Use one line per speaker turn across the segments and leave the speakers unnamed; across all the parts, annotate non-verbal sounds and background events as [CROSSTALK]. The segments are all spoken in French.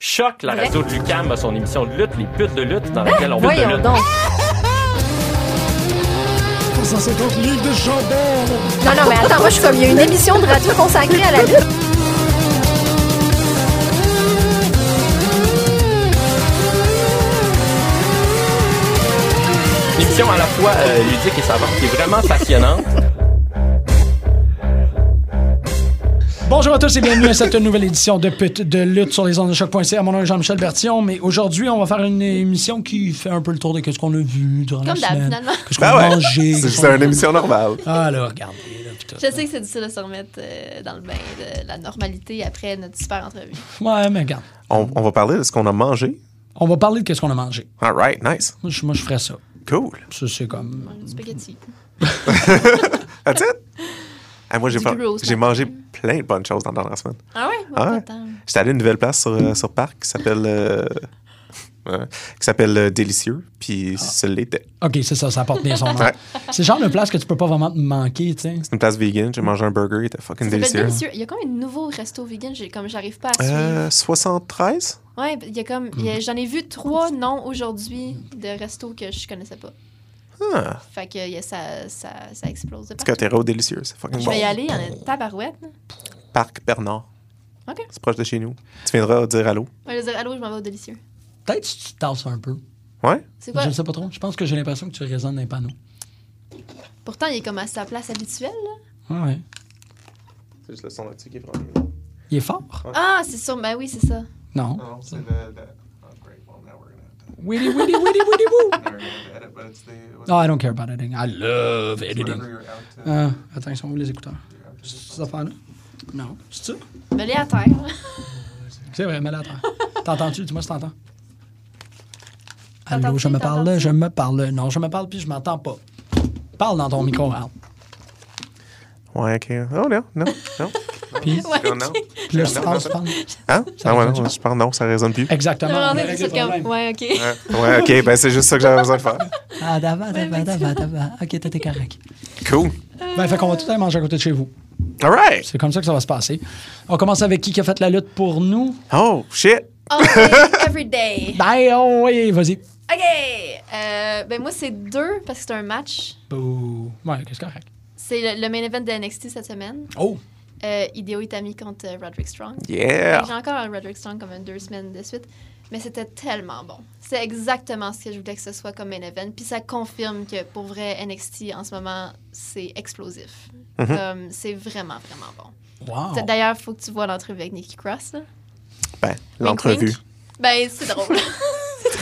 Choc, la radio de Lucam a son émission de lutte, les putes de lutte, dans laquelle on parle de
Ben, Voyons
lutte.
donc.
livres de chandelle.
Non, non, mais attends, moi, je suis comme, il y a une émission de radio consacrée à la lutte.
Une émission à la fois euh, ludique et savante, qui est vraiment passionnante.
Bonjour à tous et bienvenue à cette nouvelle édition de Pute de lutte sur les ondes de choc.ca. Mon nom est Jean-Michel Bertillon, mais aujourd'hui, on va faire une émission qui fait un peu le tour de ce qu'on a vu durant la
Comme d'hab,
semaine.
finalement.
Qu'est-ce qu'on
Ben
a
ouais.
mangé.
C'est
qu'est-ce
c'est
qu'on-
une émission normale.
Ah là, regardez. Là, putain.
Je sais que c'est difficile de se remettre euh, dans le bain de la normalité après notre super entrevue.
Ouais, mais regarde.
On, on va parler de ce qu'on a mangé.
On va parler de qu'est-ce qu'on a mangé.
All right, nice.
Moi, je, moi, je ferais ça.
Cool.
Ça, c'est comme...
Mm-hmm.
Du spaghetti.
That's it. Ah, moi, j'ai
Du
pas-
gros
j'ai
snack.
mangé plein de bonnes choses dans la dernière semaine.
Ah ouais? Moi,
Ah
pas
ouais.
tant.
J'étais allé à une nouvelle place sur, euh, sur Parc qui s'appelle... euh, euh, qui s'appelle euh, Délicieux,
Ah.
puis ce l'était.
OK, c'est ça, ça apporte bien
[LAUGHS]
son nom.
Ouais.
C'est le genre de place que tu peux pas vraiment te manquer, tu sais.
C'est une place vegan, j'ai mangé un burger, il était fucking
Ça fait
délicieux.
délicieux. Il y a comme un nouveau resto vegan, j'ai- comme j'arrive pas à suivre.
Euh, Mm-hmm. 73?
Ouais, il y a comme. il y a- J'en ai vu trois noms aujourd'hui de restos que je connaissais pas.
Ah,
Fait que il y a ça, ça, ça explose. de
en tout cas,
partout.
t'es au délicieux, c'est fucking
Je
bon.
vais y aller en tabarouette. là.
Parc Bernard.
OK.
C'est proche de chez nous. Tu viendras dire allô.
Ouais, je vais dire allô, je m'en vais au délicieux.
Peut-être que tu te tasses un peu.
Ouais?
C'est quoi?
Je ne sais pas trop. Je pense que j'ai l'impression que tu résonnes dans les panneaux.
Pourtant, il est comme à sa place habituelle. là.
Ouais, Ah ouais.
C'est juste le son là-dessus qui est
Il est fort?
Ah, c'est sûr. Ben oui, c'est ça.
Non.
Non, c'est le.
Witty, witty, witty, witty, woo!
Editing.
Oh, I don't care about editing. I love editing. Euh, attends, ils sont où les écouteurs? C'est cette affaire-là? Non. C'est ça?
Me l'ai à [LAUGHS] terre. là.
C'est vrai, mets-la à terre. T'entends-tu? Dis-moi si t'entends. Allô,
T'entends-tu?
je me parle,
T'entends-tu?
je me parle. Non, je me parle puis je m'entends pas. Parle dans ton micro, Al.
Ouais, ok. Oh non, non,
[LAUGHS]
non.
Puis,
Ouais, [LAUGHS]
non.
puis là, tu penses, parle.
Hein?
Ça
Ah ouais,
résonne
non,
pas.
je parle, non, ça résonne plus.
Je me
Exactement.
rendais compte que c'est comme. Ouais, ok.
Ouais, ok, ben c'est juste ça que j'avais besoin de faire.
Ah, d'avant, d'avant, d'avant, d'avant. OK, t'étais correct.
Cool.
Ben, fait qu'on va tout aller manger à côté de chez vous.
All right.
C'est comme ça que ça va se passer. On commence avec qui qui a fait la lutte pour nous.
Oh, shit.
All day, [LAUGHS] every day.
Ben, oh, oui, vas-y.
OK. Euh, ben moi, c'est deux parce que c'est un match.
Bouh. Ouais, qu'est-ce correct.
C'est le, le main event de NXT cette semaine.
Oh,
Euh, Hideo Itami contre euh, Roderick Strong.
Yeah.
J'ai encore un Roderick Strong comme un deux semaines de suite. Mais c'était tellement bon. C'est exactement ce que je voulais que ce soit comme main event. Puis ça confirme que pour vrai, NXT en ce moment, c'est explosif.
Mm-hmm.
Comme, c'est vraiment, vraiment bon.
wow.
D'ailleurs, il faut que tu vois l'entrevue avec Nikki Cross. là.
Ben,
Wink,
l'entrevue.
wink. Ben, c'est drôle.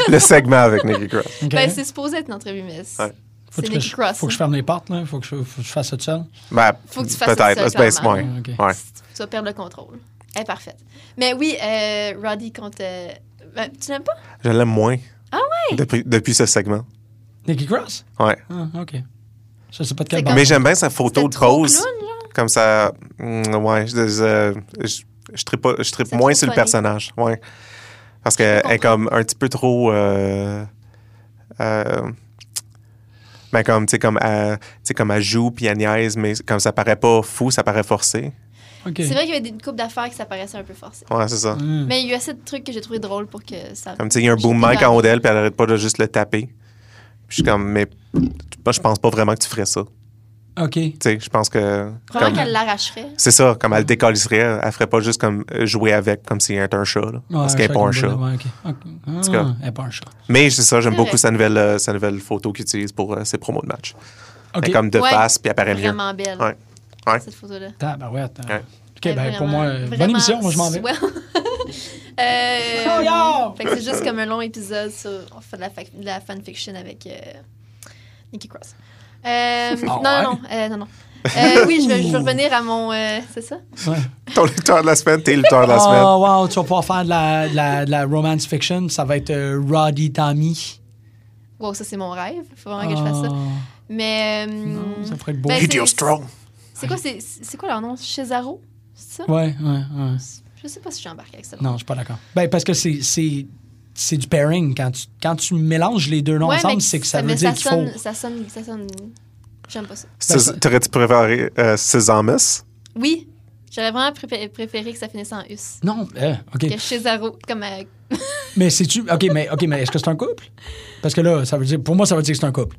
Le segment avec Nicky Cross.
[LAUGHS] OK.
Ben, c'est supposé être une entrevue, mais c'est
Ouais.
Faut
c'est
que
Nikki
je-
Cross.
Faut que je ferme les portes, là. Faut que je, faut que je fasse ça tout seul.
Ben,
Faut que tu fasses ça,
peut-être. Ben, c'est
clairement.
ouais.
Ok.
Ouais.
Tu vas perdre le contrôle. Elle est parfaite. Mais oui, euh, Roddy contre. euh, ben, tu l'aimes pas?
Je l'aime moins.
Ah ouais?
Depuis, depuis ce segment.
Nikki Cross?
Ouais.
Ah, OK. Ça, c'est pas de quel
C'est comme-
bord.
Mais j'aime bien sa photo
C'était
de
trop
pose.
clown, genre.
Comme ça. mm, ouais, je, je, je, je trippe pas- je trippe
C'est
moins
trop
sur le
funny.
personnage. Ouais. Parce qu'elle
comprends.
est comme un petit peu trop. Euh, euh, ben comme, tu sais, comme, elle- tu sais, comme elle joue puis elle niaise, mais comme ça paraît pas fou, ça paraît forcé.
OK.
C'est vrai qu'il y avait une couple d'affaires qui ça paraissait un peu forcé.
Ouais, c'est ça.
Hmm.
Mais il y a assez de trucs que j'ai trouvé drôles pour que ça.
Comme, tu sais, il y a un boom
J'étais
mic
dans-
en rondelle puis elle arrête pas de juste le taper. Puis je suis comme, mais moi, je pense pas vraiment que tu ferais ça.
OK.
Tu sais, je pense que.
Probablement
comme-
qu'elle l'arracherait.
C'est ça, comme elle le décalisserait, elle, elle ferait pas juste comme euh, jouer avec, comme si était un chat, là, parce qu'elle n'est pas un chat.
Ouais, OK. OK. Ah,
cas.
elle est pas un chat.
Mais c'est ça, j'aime
C'est vrai.
beaucoup sa nouvelle, euh, sa nouvelle photo qu'il utilise pour euh, ses promos de match. Elle
OK.
est comme de
Ouais.
face, puis elle paraît mieux.
Vraiment belle,
Ouais. Ouais.
cette photo-là.
Tabarouette, hein.
Ouais.
OK, ben, pour moi, euh, bonne
vraiment
émission. Moi, je m'en vais.
swell. [LAUGHS] Euh,
Voyons!
fait que c'est juste comme un long épisode sur on fait de la, fac- de la fanfiction avec euh, Nikki Cross. Euh,
Ah, ouais?
non, non, non, euh, non, non. Euh, oui, je vais, je vais revenir à mon. euh, c'est ça?
Ouais.
Ton lutteur de la semaine, t'es le lutteur de la semaine.
Oh, wow, tu vas pouvoir faire de la, de la, de la romance fiction. Ça va être euh, Roddy Tommy.
Wow, ça, c'est mon rêve. Faut vraiment que je fasse ça. Mais. euh,
Ah. Non, ça ferait être beau.
Ben,
Video
c'est-
Strong.
c'est quoi, c'est, c'est quoi leur nom? Cesaro? C'est ça?
Ouais, ouais, ouais.
Je sais pas si j'embarque avec ça.
Non, je suis pas d'accord. Ben, parce que c'est, c'est, c'est du pairing. Quand tu, quand tu mélanges les deux noms
Ouais, mais
ensemble, c'est que ça veut
mais
dire
ça
qu'il faut.
sonne, Ça sonne, ça sonne. J'aime pas ça.
Cés- T'aurais-tu préféré euh, Césamus?
Oui, J'aurais vraiment préfé- préféré que ça finisse en us.
Non, euh, OK.
Que Cesaro, comme euh,
Mais c'est-tu. OK, mais, ok, mais est-ce que c'est un couple? Parce que là, ça veut dire. Pour moi, ça veut dire que c'est un couple.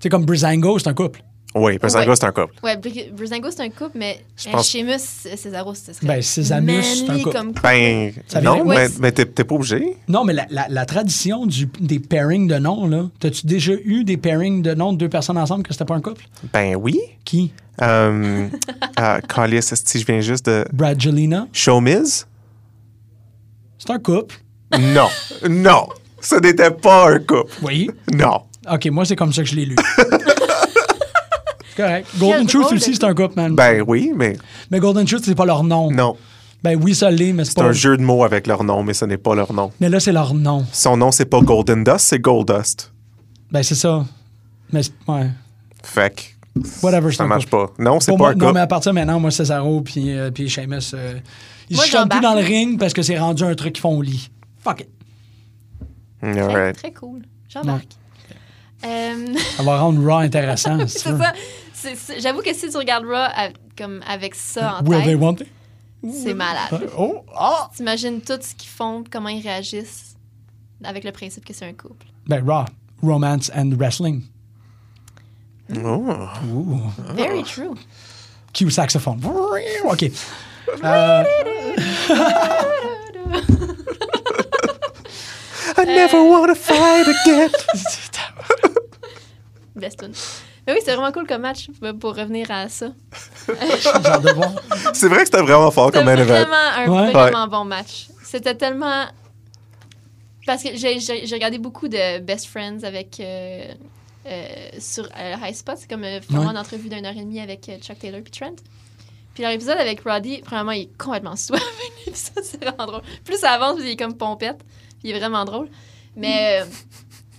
C'est comme Brizango, c'est un couple.
Oui, parce que
Ouais.
c'est un couple.
Ouais, Bri- Breezango, c'est un couple, mais
Je
euh,
pense-
Sheamus, Cesaro, ce serait.
Ben, Cesamus, c'est un
manly
couple.
comme couple.
Ben,
Ça
non,
vient-
Ouais,
mais,
c'est-
mais t'es t'es pas obligé.
Non, mais la, la- la tradition du, des pairings de noms, là. T'as-tu déjà eu des pairings de noms de deux personnes ensemble que c'était pas un couple?
Ben oui.
Qui?
[LAUGHS]
Euh, ah, Callis, si je viens juste de.
Bradgelina?
Showmiz?
C'est un couple.
Non. non. Ce n'était pas un couple.
Oui.
Non.
OK, moi, c'est comme ça que je l'ai lu. C'est Correct. Golden
Quel
Truth
drôle
aussi,
de-
c'est un couple, man.
Ben oui, mais
mais Golden Truth, c'est pas leur nom.
non.
Ben oui, ça l'est, mais c'est
C'est
pas.
un jeu de mots avec leur nom, mais ce n'est pas leur nom.
Mais là, c'est leur nom.
Son nom, c'est pas Golden Dust, c'est Goldust.
Ben, c'est ça. Mais, c'est- ouais.
Fait que
Whatever, c'est
ça
un
marche
couple.
pas. Non, c'est
Pour
pas
moi-
un
Non, mais
couple.
à partir de maintenant, moi, Cesaro puis, euh, puis Sheamus, euh, ils
Moi,
se chopent plus
j'embarque.
dans le ring parce que c'est rendu un truc qu'ils font au lit. Fuck it.
All
Très,
right.
très cool. J'embarque. Euh, [LAUGHS]
Ça va rendre Raw intéressant, si tu
c'est
veux.
ça. C'est- c'est- J'avoue que si tu regardes Raw à- comme avec ça en
Will they
tête,
want it?
c'est malade.
Oh, ah!
T'imagines tout ce qu'ils font, comment ils réagissent avec le principe que c'est un couple. [LAUGHS]
Ben, Raw. Romance and Wrestling.
Oh.
Ouh.
Very true.
Cue saxophone. OK. Euh,
I
Euh,
never wanna fight again.
Best one. Mais oui, c'est vraiment cool comme match pour- pour revenir à ça.
genre de voir.
c'est vrai que c'était vraiment fort
C'était
comme un
vraiment
event.
un
Ouais.
vraiment bon match. C'était tellement. Parce que j'ai j'ai- j'ai regardé beaucoup de Best Friends avec. euh, euh, sur euh, High Spot. C'est comme euh, vraiment
Ouais.
une entrevue d'une heure et demie avec euh, Chuck Taylor puis Trent. Puis leur épisode avec Roddy, premièrement, il est complètement [LAUGHS] soif. L'épisode, c'est vraiment drôle. Plus ça avance, plus il est comme pompette. Puis il est vraiment drôle. Mais. euh,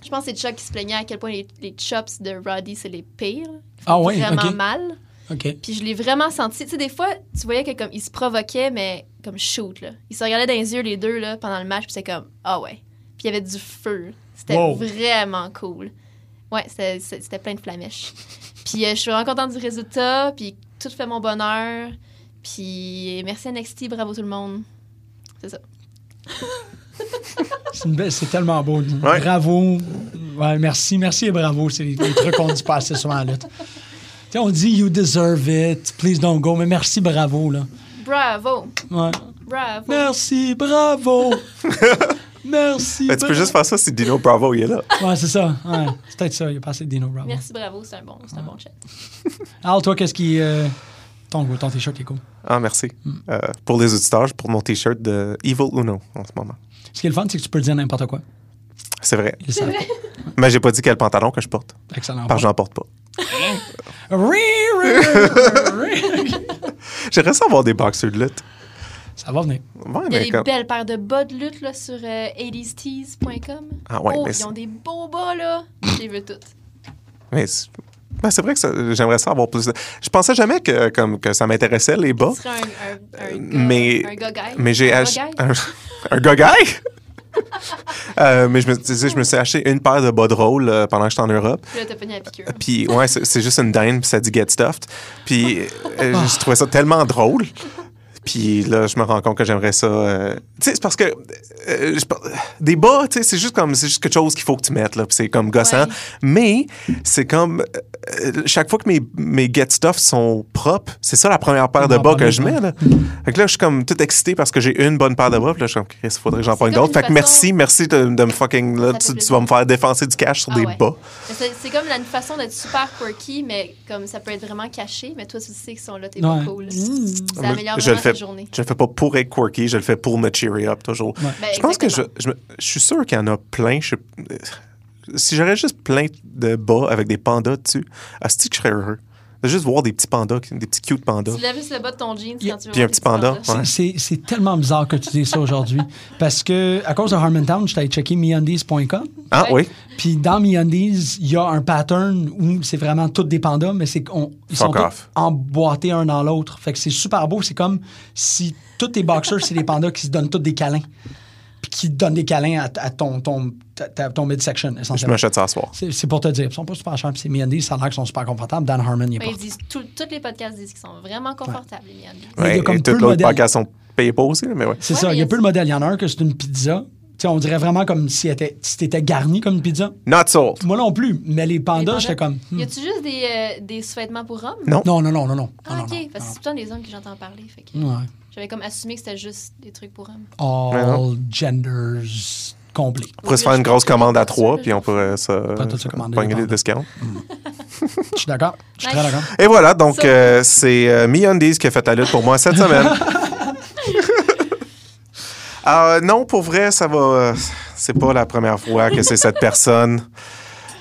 Je pense que c'est Chuck qui se plaignait à quel point les, les chops de Roddy, c'est les pires. Ils
[LAUGHS] Ah
font
ouais,
Vraiment
ok.
mal.
OK.
Puis je l'ai vraiment senti. Tu sais, des fois, tu voyais que comme ils se provoquaient, mais comme shoot, là. Ils se regardaient dans les yeux, les deux, là, pendant le match, puis c'était comme, ah ouais. Puis il y avait du feu. C'était
Wow.
vraiment cool. Ouais, c'était- c'était c'était plein de flamèches. Puis euh, je suis vraiment contente du résultat, puis tout fait mon bonheur. Puis merci à NXT, bravo tout le monde.
C'est une belle- C'est tellement beau.
Ouais.
Bravo. Ouais, merci, merci et bravo. C'est les, les trucs qu'on dit pas assez souvent à la lutte. Tu sais, on dit you deserve it, please don't go, mais merci, bravo. Là.
Bravo!
Ouais.
Bravo!
Merci,
[LAUGHS]
bravo. merci.
Ben, tu peux
bravo.
juste faire ça si Dino Bravo il est là.
Ouais, c'est ça. Ouais. C'est peut-être ça, il a passé Dino Bravo.
Merci, bravo, c'est un bon, c'est un bon chat.
Ah.
Al, toi, qu'est-ce qui. euh, Ton, ton t-shirt qui est cool.
Ah, merci. Euh, pour les auditeurs, pour mon t-shirt de Evil Uno en ce moment.
Ce qui est le fun, c'est que tu peux dire n'importe quoi.
C'est vrai.
Ils savent.
Mais j'ai pas dit quel pantalon que je porte.
Excellent.
Parce que j'en porte pas.
Ri, ri,
[LAUGHS]
ri, ri.
J'aimerais ça avoir des boxers de lutte.
Ça va venir.
Ouais,
Il y a
mais
des
comme-
belles paires de bas de lutte là, sur euh, 80stees.com.
Ah ouais,
oh,
mais
ils
c'est-
ont des beaux bas, là. Je les veux toutes.
mais c'est ben, c'est vrai que ça- j'aimerais ça avoir plus de... Je pensais jamais que, comme, que ça m'intéressait, les bas.
Ce serait un, un, un, gars,
Euh, mais
un gars guy.
mais j'ai
Un
acheté
gars guy.
un, un
[LAUGHS]
gars guy? Euh, mais je me, tu sais, je me suis acheté une paire de bas de rôle euh, pendant que j'étais en Europe.
Puis là, t'as pogné la
[LAUGHS]
piqûre.
Puis ouais, c'est c'est juste une dinde, puis ça dit get stuffed. Puis euh, je trouvais ça tellement drôle. Puis là, je me rends compte que j'aimerais ça. euh, Tu sais, c'est parce que euh, je par- des bas, tu sais, c'est juste comme c'est juste quelque chose qu'il faut que tu mettes là. Puis c'est comme gossant.
Ouais.
Mais c'est comme euh, chaque fois que mes mes get stuff sont propres, c'est ça la première paire de
Non,
bas
pas
que je
bien.
mets là. Fait que là, je suis comme tout excité parce que j'ai une bonne paire de bas. Puis là, je suis comme Chris, faudrait que j'en prenne
comme
d'autres. Fait
une
que merci,
façon-
merci de, de me fucking
Ça
là.
fait
Tu, tu
plaisir.
vas me faire défoncer du cash sur
Ah
des
ouais.
bas.
Mais C'est c'est comme la- une façon d'être super quirky, mais comme ça peut être vraiment caché. Mais toi, tu sais qu'ils sont là, t'es
Ouais. Mm.
pas cool. Ça
Moi,
améliore
je le
vraiment
fais,
ta journée.
Je le fais pas pour être quirky, je le fais pour me cheer up toujours.
Ben,
je pense que je,
exactement.
je, me- je suis sûr qu'il y en a plein. je- si j'aurais juste plein de bas avec des pandas dessus, asti que je serais heureux. De juste voir des petits pandas, des petits cute pandas.
Tu lèves juste le bas de ton jean
Yeah.
quand tu veux.
Puis un
voir tes
petit
petits
panda.
pandas.
Ouais.
Ah, C'est c'est tellement bizarre que tu dises ça aujourd'hui. Parce que, à cause de Harmontown, je t'avais checké MeUndies.com.
Ah oui?
Puis dans MeUndies, il y a un pattern où c'est vraiment tous des pandas, mais c'est qu'on ils sont
Fuck
tous
off.
emboîtés un dans l'autre. Fait que c'est super beau. C'est comme si tous tes boxers, c'est des pandas qui se donnent tous des câlins. puis qui donne des câlins à, à ton, ton, ta- ta- ton midsection,
Je
essentiellement.
m'achète ça ce soir.
C'est c'est pour te dire. Ils sont pas super chers. puis C'est Miandy, ça a l'air qu'ils sont super confortables. Dan Harmon, il est
Mais
pas.
ils disent, tout- tous les podcasts disent qu'ils sont vraiment confortables, les miennes.
Mais il y a
Ouais,
comme
et
peu
toutes
de
l'autre
modèles.
podcast sont payés pas aussi, là, mais ouais.
C'est
Ouais,
ça.
mais
Il y a
il-
peu le modèle. Il y en a un que c'est une pizza. Tu sais, on dirait vraiment comme si c'était garni comme une pizza.
Not sold.
Moi non plus. Mais les
Les
pandas,
pandas.
j'étais comme. hmm.
Y a-tu juste des, euh, des sous-vêtements pour hommes?
Non.
Non, non, non, non, non.
Ah,
non,
ok.
non, non,
Parce que c'est pourtant des hommes que j'entends parler. Fait que
non. Ouais.
J'avais comme assumé que c'était juste des trucs pour hommes.
Mais
All genders complets.
On pourrait se faire une grosse commande à trois, puis on pourrait ça
tout se commander
pogner
des
des discounts.
Je suis d'accord. Je suis
Nice.
très d'accord.
Et voilà, donc euh, c'est euh, MeUndies qui a fait la lutte pour moi cette semaine. Euh, non, pour vrai, ça va. euh, C'est pas la première fois que c'est cette personne.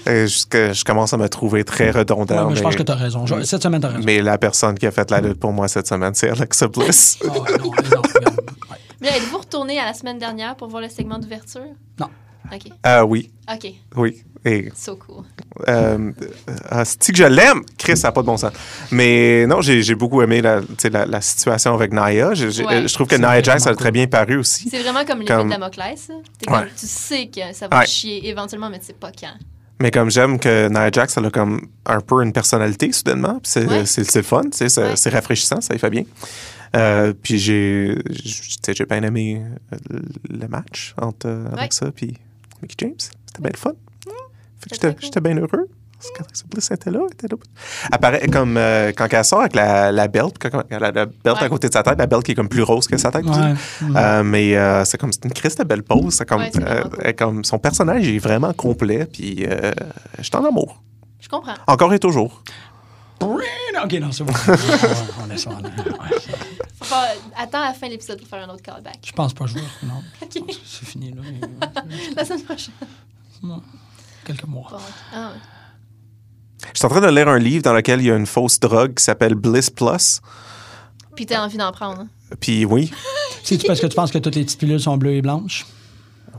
Euh, jusque- je commence à me trouver très redondant.
Ouais, mais je pense
mais-
que tu as raison. Je- Cette semaine, tu as raison.
Mais la personne qui a fait la lutte pour moi cette semaine, c'est Alexa Bliss.
Ah, ouais, non, mais non, regarde. Ouais.
Mais êtes-vous retourné à la semaine dernière pour voir le segment d'ouverture?
Non.
Ok.
Ah oui,
Ok.
oui. Et,
So cool.
euh, ah, c'est-tu que je l'aime? Chris, ça n'a pas de bon sens. Mais non, j'ai j'ai beaucoup aimé la, tu sais, la- la situation avec Naya. Je, je-
Ouais.
je trouve que
C'est
Nia Jax
vraiment
a très
cool.
bien paru aussi.
C'est vraiment comme l'effet
Comme-
de Damoclès. ça. T'es
Ouais.
comme, tu sais que ça va
Ouais.
chier éventuellement, mais tu sais pas quand.
Mais comme j'aime que Nia Jax, elle a comme un peu une personnalité soudainement. puis C'est
Ouais.
c'est- c'est le fun, tu sais, ça-
Ouais.
c'est rafraîchissant, ça y fait bien. Euh, puis j'ai j- tu sais, j'ai bien aimé euh, le match entre euh,
Ouais.
Alexa et Mickey James. C'était bien le fun. Fait que
C'était
j'étais
cool.
j'étais bien heureux. Parce qu'Alexa Bliss était là, elle était là. Elle paraît comme euh, quand elle sort avec la, la belt, quand quand elle a la belt à
Ouais.
côté de sa tête, la belt qui est comme plus rose que sa tête.
Ouais.
Euh, mais euh, c'est comme c'est une crise de belle pose. C'est comme,
Ouais, c'est vraiment
euh,
cool.
elle est comme son personnage est vraiment complet. Puis euh, je suis en amour.
Je comprends.
Encore et toujours.
Non, Ok, non, c'est
[LAUGHS]
bon. Ouais, ouais, on laisse ça aller. Ouais.
Faut pas- Attends à la fin de l'épisode pour faire un autre callback. [LAUGHS]
Je pense pas jouer. Non, Je pense que c'est fini là.
La semaine prochaine.
Quelques mois.
Bon, ok. Ah, ouais.
Je suis en train de lire un livre dans lequel il y a une fausse drogue qui s'appelle Bliss Plus.
Puis t'as envie d'en prendre. hein.
[LAUGHS]
Puis oui.
C'est parce que tu penses que toutes les petites pilules sont bleues et blanches,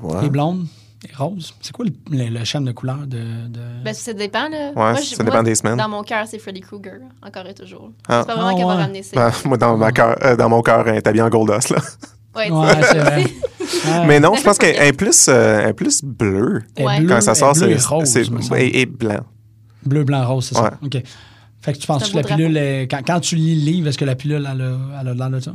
Ouais.
et blondes, et roses. C'est quoi le, le, le champ de couleur de, de-
Ben, ça dépend, là. je-
ça dépend des semaines.
Dans mon cœur, c'est Freddy Krueger, encore et toujours.
Ah.
C'est pas
Ah,
vraiment qu'elle
ouais.
va ramener ça.
Ben, moi, dans, ma cœur- euh, dans mon cœur, elle était bien Goldos, là.
Ouais,
Ouais, c'est vrai. Ouais.
Mais non, je pense qu'elle est plus, euh, elle est plus bleue.
Elle est
Ouais.
bleue,
Quand ça sort,
elle est
c'est.
bleue et rose,
c'est-
me semble.
et, et blanc.
Bleu, blanc, rose, c'est
Ouais.
ça. OK. Fait que tu penses
C'est un
que la
beau
pilule, est- quand, quand tu lis le livre, est-ce que la pilule, elle a, elle a de l'air de ça?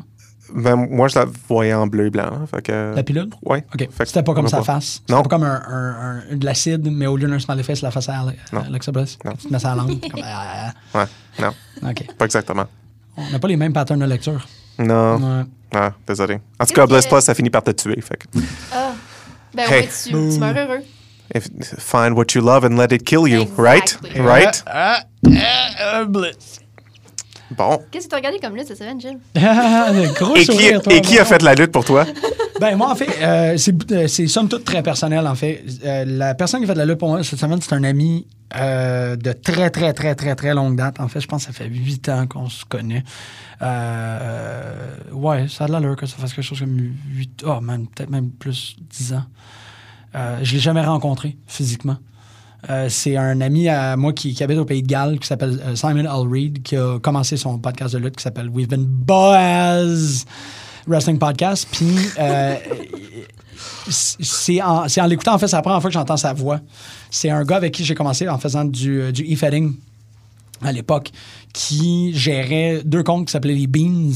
Ben, moi, je la voyais en bleu et blanc. hein, Fait que,
La pilule?
ouais.
OK.
Fait que
C'était pas comme
on
sa
va
face. C'était
Non.
pas comme un, un- un- de l'acide, mais au lieu d'un smiley face, la face à Ale-
Non.
Alexa Bliss.
Non.
Tu te mets ça à la langue.
[LAUGHS]
comme, ah,
Ouais. Non,
OK.
pas exactement.
On n'a pas les mêmes patterns de lecture.
Non.
Ouais.
Ah, désolé. En tout cas,
Ok.
Bless Plus, ça finit par te tuer. Fait que,
Ah. Ben,
Hey.
ouais, tu, tu meurs heureux.
if- find what you love and let it kill you, right?
Exactly.
Right?
Ah, [LAUGHS] Bliss.
Bon.
Qu'est-ce que t'as regardé comme lutte cette semaine, Jill?
Gros
Et qui,
sourire, toi,
et qui a
bon.
fait la lutte pour toi?
Ben, moi, en fait, euh, c'est, euh, c'est somme toute très personnel, en fait. Euh, la personne qui fait de la lutte pour moi cette semaine, c'est un ami euh, de très, très, très, très, très longue date. En fait, je pense que ça fait huit ans qu'on se connaît. Euh, ouais, ça a de l'allure que ça fasse quelque chose comme huit, oh, même, peut-être même plus dix ans. Euh, je l'ai jamais rencontré physiquement. Euh, c'est un ami à moi qui, qui habite au pays de Galles qui s'appelle euh, Simon Allred qui a commencé son podcast de lutte qui s'appelle We've Been Boys Wrestling Podcast. Puis euh, [LAUGHS] c'est en, c'est en l'écoutant, en fait, c'est la première fois que j'entends sa voix. C'est un gars avec qui j'ai commencé en faisant du, euh, du e-fetting à l'époque, qui gérait deux comptes qui s'appelaient les Beans.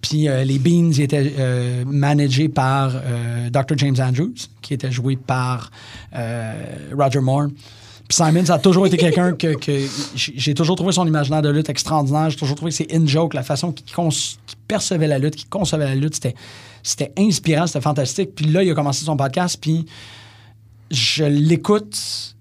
Puis euh, les Beans ils étaient euh, managés par euh, Dr. James Andrews, qui était joué par euh, Roger Moore. Puis Simon, ça a toujours été quelqu'un que, que j'ai j'ai toujours trouvé son imaginaire de lutte extraordinaire. J'ai toujours trouvé que c'est in-joke, la façon qu'il con- qu'il percevait la lutte, qu'il concevait la lutte. C'était- C'était inspirant, c'était fantastique. Puis là, il a commencé son podcast, puis je l'écoute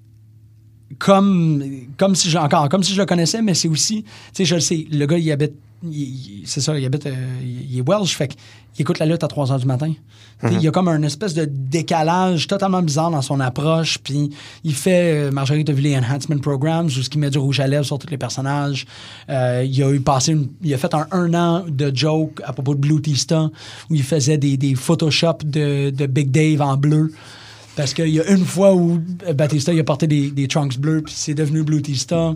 comme, comme si je, encore, comme si je le connaissais, mais c'est aussi, tu sais, je le sais, le gars, il habite, il- il- c'est ça, il habite, euh, il il est Welsh, fait qu'il écoute la lutte à 3 heures du matin. Tu sais, Il y a comme un espèce de décalage totalement bizarre dans son approche, puis il fait, euh, Marjorie, t'as vu les Enhancement Programs, où ce qui met du rouge à lèvres sur tous les personnages. Euh, il a eu passé, une- il a fait un, un an de joke à propos de Blue Tista, où il faisait des, des Photoshop de, de Big Dave en bleu. Parce qu'il y a une fois où euh, Batista il a porté des, des trunks bleus, puis c'est devenu Blue Tista.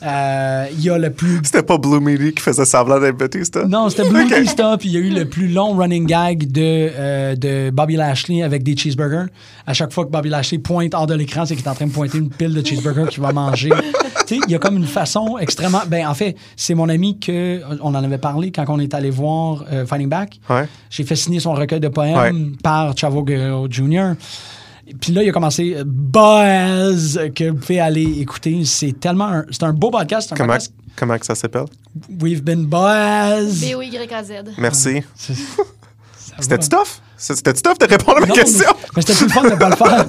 Euh, Il y a le plus
[LAUGHS] C'était pas Blue Mary qui faisait semblant d'être hein? Batista?
non, c'était Blue
[LAUGHS] Ok.
Tista, puis il y a eu le plus long running gag de, euh, de Bobby Lashley avec des cheeseburgers. À chaque fois que Bobby Lashley pointe hors de l'écran, c'est qu'il est en train de pointer une pile de cheeseburgers qu'il va
[LAUGHS]
manger. tu sais, il y a comme une façon extrêmement. Ben, en fait, c'est mon ami que on en avait parlé quand on est allé voir euh, Fighting Back.
Ouais.
J'ai fait signer son recueil de poèmes
Ouais.
par Chavo Guerrero Jr. Puis là, il a commencé euh, Buzz que vous pouvez aller écouter. C'est tellement. un- C'est un beau podcast. c'est un
Comment,
podcast
comment que ça s'appelle?
We've been Buzz.
B-O-Y-A-Z.
Merci.
C'est- ça va.
C'était-tu tough? C'était-tu tough de répondre à ma
Non,
question?
Mais, mais c'était plus le fun de pas le
[LAUGHS]
faire.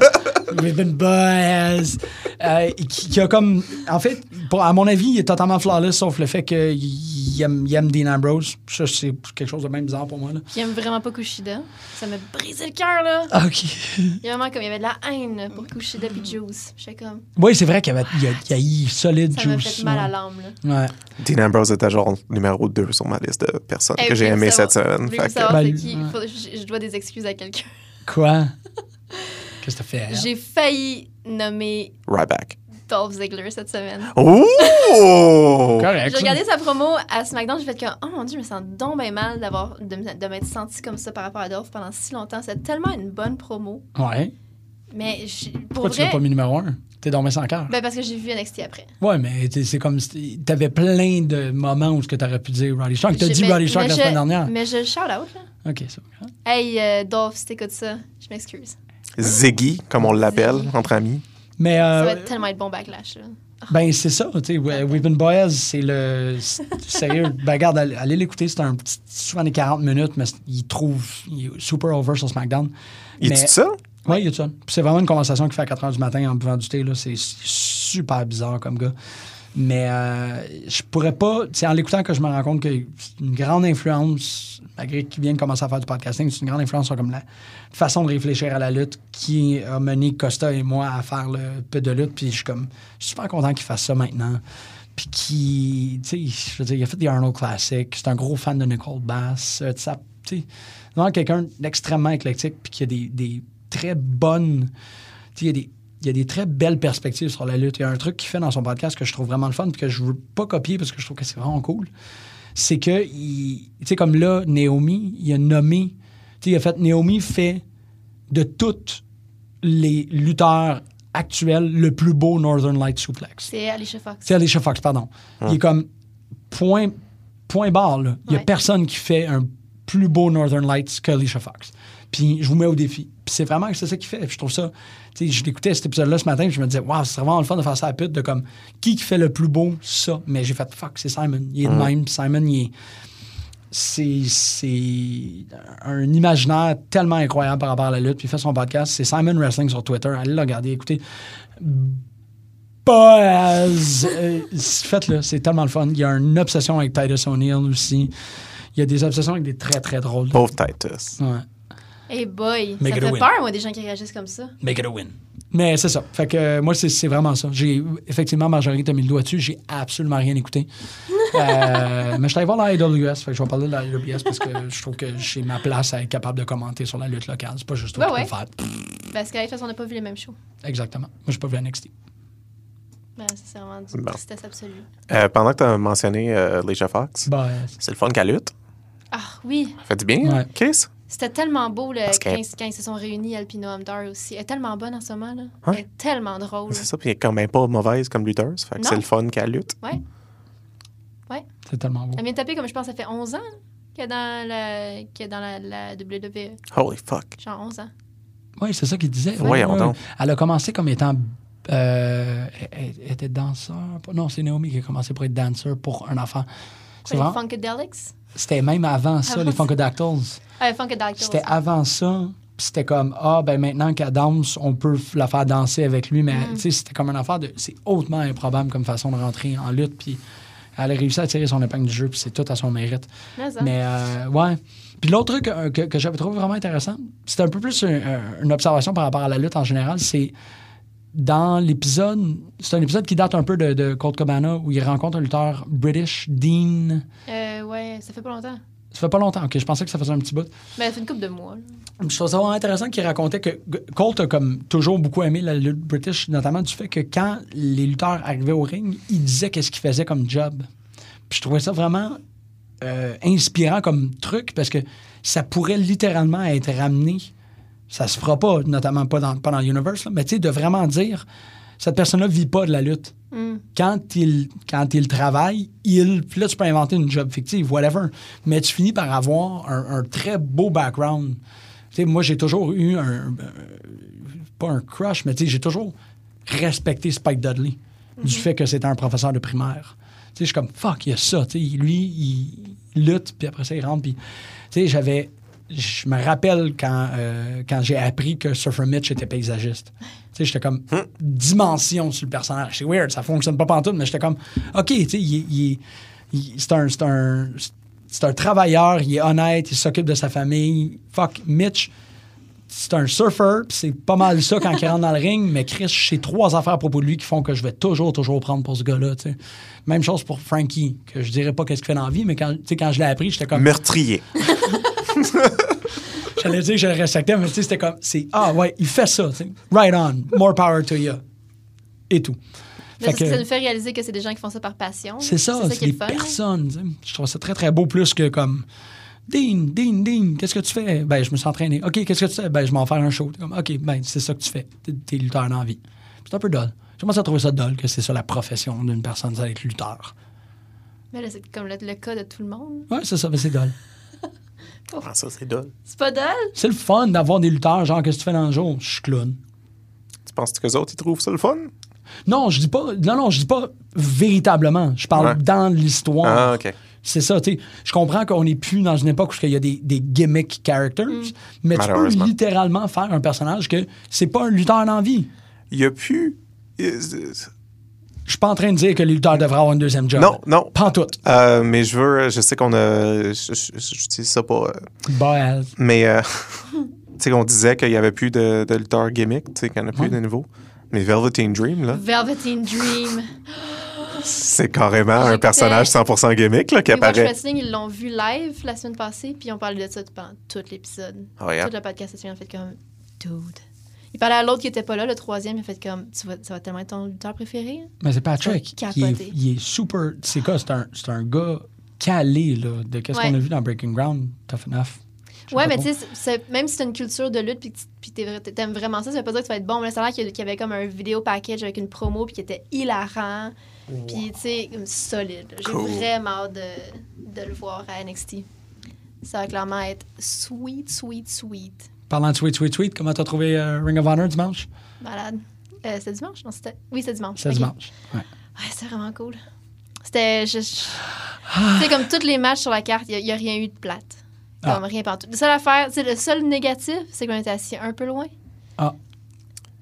We've been buzz. Euh, qui, qui a comme. En fait, pour- à mon avis, il est totalement flawless, sauf le fait qu'il aime, il aime Dean Ambrose. Ça, c'est quelque chose de même bizarre pour moi. Là.
J'aime vraiment pas Kushida. Ça m'a brisé le cœur, là.
OK.
Il y a vraiment comme il y avait de la haine pour Kushida puis Juice. J'étais comme,
Oui, c'est vrai qu'il y avait il y a, il y a eu solide
ça m'a
juice.
fait mal à l'âme, là.
Ouais.
Dean Ambrose était genre numéro 2 sur ma liste de personnes
Eh,
que j'ai
voulez-vous
aimé
savoir-
cette semaine.
voulez-vous
Fait que-
savoir c'est
Ben,
qui?
ouais.
Faut- je, je dois des excuses à quelqu'un.
Quoi? Qu'est-ce que t'as fait?
J'ai failli nommer
Ryback.
Dolph Ziggler cette semaine.
Oh!
Correct.
J'ai regardé sa promo à SmackDown, j'ai fait comme, oh mon dieu, je me sens donc bien mal d'avoir, de, me- de m'être senti comme ça par rapport à Dolph pendant si longtemps. C'est tellement une bonne promo.
ça. Ouais.
Mais j'ai- pour
Pourquoi tu l'as
vrai,
pas mis Ah, numéro un? T'es dormi sans cœur.
ben parce que j'ai vu NXT après.
ouais, mais t'es- c'est comme si t'avais plein de moments où ce que t'aurais pu dire Roddy Strong. T'as
J'ai-
dit
mais-
Roddy Strong
mais
la
je-
semaine dernière.
Mais je le shout out, là.
OK, c'est bon.
Hey, euh, Dolph, si t'écoutes ça, je m'excuse.
Ziggy, comme on l'appelle
Ziggy.
entre amis.
Mais
Ça
euh,
va tellement être bon backlash, là.
Ben, c'est ça, tu sais. We- We've Been Boys, c'est le. c'est- Sérieux.
[LAUGHS]
ben, regarde, allez allez l'écouter. C'est un petit. Souvent des 40 minutes, mais c'est- il trouve. Il est super over sur SmackDown.
Il dit
Mais-
ça?
Oui, il est tout seul. Puis C'est vraiment une conversation qu'il fait à 4 h du matin en buvant du thé, là. C'est super bizarre comme gars. Mais euh, je pourrais pas. C'est en l'écoutant que je me rends compte que c'est une grande influence, malgré qu'il vienne commencer à faire du podcasting, c'est une grande influence sur comme la façon de réfléchir à la lutte qui a mené Costa et moi à faire le peu de lutte. Puis je suis comme je suis super content qu'il fasse ça maintenant. Puis qui, tu sais, je veux dire, il a fait des Arnold Classic. C'est un gros fan de Nicole Bass. Euh, ça- Tu sais, vraiment quelqu'un d'extrêmement éclectique puis qui a des, des très bonnes... Tu sais, il y a des il y a des très belles perspectives sur la lutte. Il y a un truc qu'il fait dans son podcast que je trouve vraiment le fun puis que je veux pas copier parce que je trouve que c'est vraiment cool. C'est que, il- tu sais, comme là, Naomi, il a nommé... Tu sais, il a fait... Naomi fait de toutes les lutteurs actuels le plus beau Northern Light Suplex.
C'est Alicia Fox.
C'est Alicia Fox, pardon. Il est comme point, point barre. là. Il n'y a
Ouais.
personne qui fait un plus beau Northern Lights que Alicia Fox. Puis je vous mets au défi. Puis c'est vraiment c'est ça qu'il fait. Puis je trouve ça. Tu sais, je l'écoutais cet épisode-là ce matin, puis je me disais, waouh, c'est vraiment le fun de faire ça à la pute, de comme, qui qui fait le plus beau, ça. Mais j'ai fait, fuck, c'est Simon. Il est de même. Simon, il est c'est c'est un imaginaire tellement incroyable par rapport à la lutte. Puis il fait son podcast, c'est Simon Wrestling sur Twitter. Allez le regarder, écoutez. Buzz! Euh, Faites-le, c'est tellement le fun. Il y a une obsession avec Titus O'Neill aussi. Il y a des obsessions avec des très très drôles.
Pauvre Titus.
Ouais.
Hey boy,
Make it
ça me
a
fait
win.
peur, moi, des gens qui réagissent comme ça.
Make it a win. Mais c'est ça. Fait que euh, moi, c'est- c'est vraiment ça. J'ai effectivement, Marjorie, t'as mis le doigt dessus. J'ai absolument rien
[LAUGHS]
écouté. Euh, mais je suis allé voir la IWS. Fait que je vais parler de la IWS parce que je trouve que j'ai ma place à être capable de commenter sur la lutte locale. C'est pas juste toi
Ouais,
qui peux
ouais.
le faire. Pff,
Parce qu'à la façon, on n'a pas vu les mêmes shows.
Exactement. Moi, j'ai pas vu NXT.
Ben, c'est vraiment du
Bon.
tristesse absolue.
Euh, pendant que tu as mentionné euh, Alicia Fox,
Bah,
c'est le fun qu'elle lutte.
Ah oui,
Fait du bien, hein,
Ouais.
Chris?
c'était tellement beau le,
Parce que-
quand, ils- quand ils se sont réunis, Alpino Hamdar aussi. Elle est tellement bonne en ce moment. Là.
Ouais.
Elle est tellement drôle.
C'est ça, puis elle est quand même pas mauvaise comme lutteuse. Fait que
Non.
c'est le fun qu'elle lutte.
Ouais.
c'est tellement beau.
Elle vient de taper comme je pense, ça fait 11 ans qu'elle est dans la, qu'elle est dans la, la WWE.
Holy fuck.
Genre 11 ans.
Oui, c'est ça qu'il disait. Ouais,
Voyons
ouais,
donc.
ouais. Elle a commencé comme étant. euh, elle, elle était danseur. Non, c'est Naomi qui a commencé pour être danseur pour un enfant. C'est
Quoi, les
vraiment-
Funkadelics?
C'était même avant ça,
Avant
les
ça.
Funkadactyls.
Ah, les Funkadelics.
C'était avant ça. puis C'était comme, ah, ben maintenant qu'elle danse, on peut la faire danser avec lui. Mais tu sais, c'était comme une affaire de. C'est hautement improbable comme façon de rentrer en lutte. Puis elle a réussi à tirer son épingle du jeu, puis c'est tout à son mérite.
Mais ça.
Mais euh, ouais. Puis l'autre truc euh, que, que j'avais trouvé vraiment intéressant, c'était un peu plus un- un- une observation par rapport à la lutte en général, c'est dans l'épisode, c'est un épisode qui date un peu de, de Colt Cabana où il rencontre un lutteur british, Dean.
Euh, ouais, ça fait pas longtemps.
Ça fait pas longtemps, OK. Je pensais que ça faisait un petit bout.
Mais elle fait une coupe de mois. là.
Je trouve ça vraiment intéressant qu'il racontait que G- Colt a comme toujours beaucoup aimé la lutte british, notamment du fait que quand les lutteurs arrivaient au ring, ils disaient qu'est-ce qu'ils faisaient comme job. Puis je trouvais ça vraiment euh, inspirant comme truc parce que ça pourrait littéralement être ramené. Ça se fera pas, notamment pas dans, pas dans l'Universe, là, mais tu sais, de vraiment dire cette personne-là vit pas de la lutte. Quand, il, quand il travaille, il, puis là, tu peux inventer une job fictive, whatever. Mais tu finis par avoir un, un très beau background. Tu sais, moi, j'ai toujours eu un. euh, pas un crush, mais tu sais, j'ai toujours respecté Spike Dudley du fait que c'était un professeur de primaire. Tu sais, je suis comme, fuck, il y a ça. Tu sais, lui, il lutte, puis après ça, il rentre. Puis, tu sais, j'avais. Je me rappelle quand, euh, quand j'ai appris que Surfer Mitch était paysagiste. Tu sais, j'étais comme, dimension sur le personnage. C'est weird, ça fonctionne pas pantoute, mais j'étais comme, OK, tu sais, il- il- il- c'est un. C'est un c'est un travailleur, il est honnête, il s'occupe de sa famille. Fuck, Mitch, c'est un surfer, pis c'est pas mal ça quand il rentre dans le ring, mais Chris, j'ai trois affaires à propos de lui qui font que je vais toujours, toujours prendre pour ce gars-là. tu sais. Même chose pour Frankie, que je dirais pas qu'est-ce qu'il fait dans la vie, mais quand, tu sais, quand je l'ai appris, j'étais comme.
[LAUGHS] Meurtrier.
J'allais dire que je le respectais, mais tu sais, c'était comme. c'est Ah ouais, il fait ça. tu sais. Right on, more power to you. Et tout.
Mais
Fait
parce que...
que-
ça nous fait réaliser que c'est des gens qui font ça par passion.
C'est ça, c'est
qui est
des
le fun. hein?
personnes. tu sais. Je trouve ça très, très beau, plus que comme Dean, Dean, Dean, qu'est-ce que tu fais? Ben, je me suis entraîné. OK, qu'est-ce que tu fais? Ben, je m'en faire un show. T'es comme, OK, ben, c'est ça que tu fais. T'es, t'es lutteur dans la vie. C'est un peu dole. Je commence à trouver ça dole que c'est ça la profession d'une personne, c'est d'être lutteur.
Mais là, c'est comme le, le cas de tout le monde.
Ouais, c'est ça, ben, c'est dole.
Ah, ça, c'est dole.
C'est pas dole?
C'est le fun d'avoir des lutteurs, genre, qu'est-ce que tu fais dans le jour? Je suis clown.
Tu penses que les autres, ils trouvent ça le fun?
Non, je dis pas, non, non, je dis pas véritablement. Je parle
Ouais.
dans l'histoire.
Ah, OK.
C'est ça, tu sais. Je comprends qu'on n'est plus dans une époque où il y a des, des gimmick characters,
Mm.
mais tu peux
Malheureusement.
littéralement faire un personnage que c'est pas un lutteur en vie.
Il y a plus... Euh,
Je suis pas en train de dire que les lutteurs devraient avoir un deuxième job.
Non, non.
Pas en tout.
euh, mais je veux... Je sais qu'on a... je- je- J'utilise ça pas... euh,
Bah,
Mais, euh, [LAUGHS] tu sais, on disait qu'il n'y avait plus de, de lutteur gimmick, tu sais, qu'il n'y en a plus de nouveau. Mais Velveteen Dream, là,
Velveteen Dream.
c'est carrément un
J'écoutais-
personnage 100% gimmick, là, qui
Les Watch
apparaît.
Wrestling, ils l'ont vu live la semaine passée, puis ils ont parlé de ça pendant tout l'épisode.
Oh, yeah.
Tout le podcast, ils ont fait comme Dude. Ils parlaient à l'autre qui était pas là, le troisième, ils ont fait comme tu vas, Ça va tellement être ton lutteur préféré. hein?
mais c'est Patrick.
Je vais
Il est,
capoter.
il est super. C'est quoi? C'est un, c'est un gars calé, là, de qu'est-ce qu'on
Ouais.
a vu dans Breaking Ground, Tough Enough. Je sais
Ouais,
pas
mais
trop.
tu sais, c'est- c'est- même si t'as une culture de lutte puis que tu- puis t'es vra- t'aimes vraiment ça, ça veut pas dire que tu vas être bon. Mais là, ça a l'air qu'il y a- qu'il y avait comme un vidéo package avec une promo puis qui était hilarant. Puis tu sais, comme solide. J'ai
Cool.
vraiment hâte de, de le voir à NXT. Ça va clairement être sweet, sweet, sweet.
Parlant de Sweet, Sweet, Sweet, comment t'as trouvé euh, Ring of Honor dimanche?
Malade. Euh, c'était dimanche? Non, c'était. Oui, c'était dimanche.
C'est
Ok.
dimanche. Ouais.
Ouais, c'était vraiment cool. C'était. je- je- C'est comme tous les matchs sur la carte, il n'y a, rien eu de plate.
Ah.
Comme rien partout. La seule affaire, c'est le seul négatif, c'est qu'on était assis un peu loin.
Ah.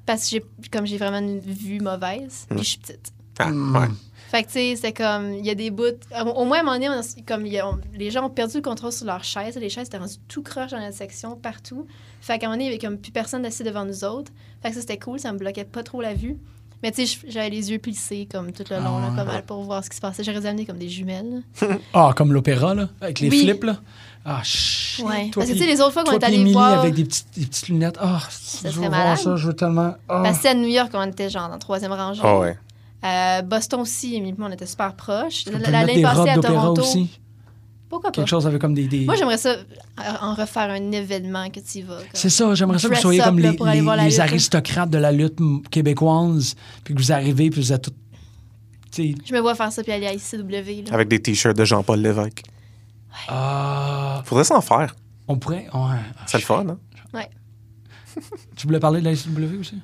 Parce que j'ai, comme j'ai vraiment une vue mauvaise,
Mm.
puis je suis petite.
Ah, ouais.
Fait que, tu sais, c'est comme, il y a des bouts. Au, au moins, à un moment donné, on a- comme, il y a- on- les gens ont perdu le contrôle sur leurs chaises. Les chaises étaient rendues tout croche dans la section, partout. Fait qu'à un moment donné, il y avait comme plus personne assis devant nous autres. Fait que ça, c'était cool. Ça me bloquait pas trop la vue. Mais, tu sais, je- j'avais les yeux plissés, comme, tout le long, là, pas mal, pour voir ce qui se passait. J'aurais dû amener comme des jumelles.
Ah, comme l'opéra, là, avec les
Oui.
flips, là. Ah, shit.
Ouais.
toi
Parce que,
puis-
tu sais, les autres fois qu'on
Toi
est
puis
allé
Émilie
voir.
avec des petites, des petites lunettes. Ah, si
Ça
je veux
serait
voir
malade.
ça, je veux tellement. Ah.
Parce que c'est à New York, on était genre en troisième rangée.
Ah, ouais.
Euh, Boston aussi, Émilie et moi, on était super proches.
On peut mettre
L'année
des
passée
robes
à
d'opéra
Toronto.
aussi.
Pourquoi pas?
Quelque chose avec comme des. des-
Moi, j'aimerais ça euh, en refaire un événement que tu y vas. comme.
C'est ça, j'aimerais ça que vous
Dress
soyez
up,
comme
là,
les,
pour aller
les-
voir la
les
lutte.
aristocrates de la lutte m- québécoise, puis que vous arrivez, puis vous êtes tous. Tu sais.
Je me vois faire ça puis aller à ICW. Là.
Avec des t-shirts de Jean-Paul Lévesque.
Ah,
Faudrait s'en faire.
on pourrait. ouais.
C'est le fun, hein?
Ouais.
Tu voulais parler de la SW aussi?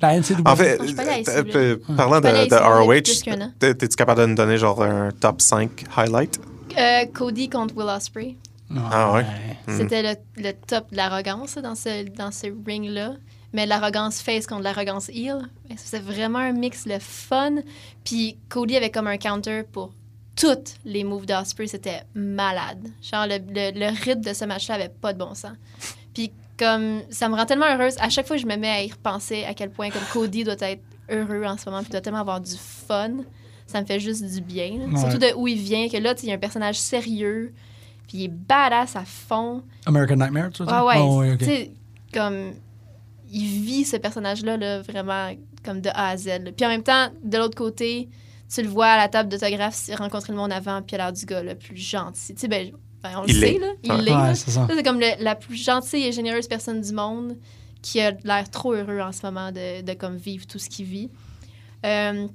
La NCW?
En fait,
Non, je suis pas allée à
euh,
ICW.
euh, parlant
Hmm. Je suis pas allée à
de, de
ICW
ROH,
depuis plus qu'un an.
t'es- t'es-tu capable de nous donner genre un top 5 highlight?
Euh, Cody contre Will Ospreay.
Ah, ouais.
C'était le, le top de l'arrogance là, dans ce, dans ce ring-là. Mais de l'arrogance face contre de l'arrogance heel. Et ça, C'est vraiment un mix, le fun. Puis Cody avait comme un counter pour toutes les moves d'Osprey. C'était malade. Genre, le, le- le rythme de ce match-là avait pas de bon sens. Puis comme ça me rend tellement heureuse. À chaque fois, je me mets à y repenser à quel point comme Cody doit être heureux en ce moment. Puis doit tellement avoir du fun. Ça me fait juste du bien. là.
Ouais.
Surtout de où il vient. Que là, tu sais, il y a un personnage sérieux Puis il est badass à fond.
American Nightmare, tu veux
Ouais,
dire?
ouais.
Oh, oui, ok.
Tu sais, comme. Il vit ce personnage-là, là, vraiment, comme de A à Z. là. Puis en même temps, de l'autre côté, tu le vois à la table d'autographe s- rencontrer le monde avant, puis il a l'air du gars le plus gentil. Tu sais, ben, ben, on le
Il
sait,
l'est.
là. Il
Ouais.
l'est, là.
Ouais, c'est ça.
Ça, C'est comme le- la plus gentille et généreuse personne du monde qui a l'air trop heureux en ce moment de, de comme vivre tout ce qu'il vit. Euh,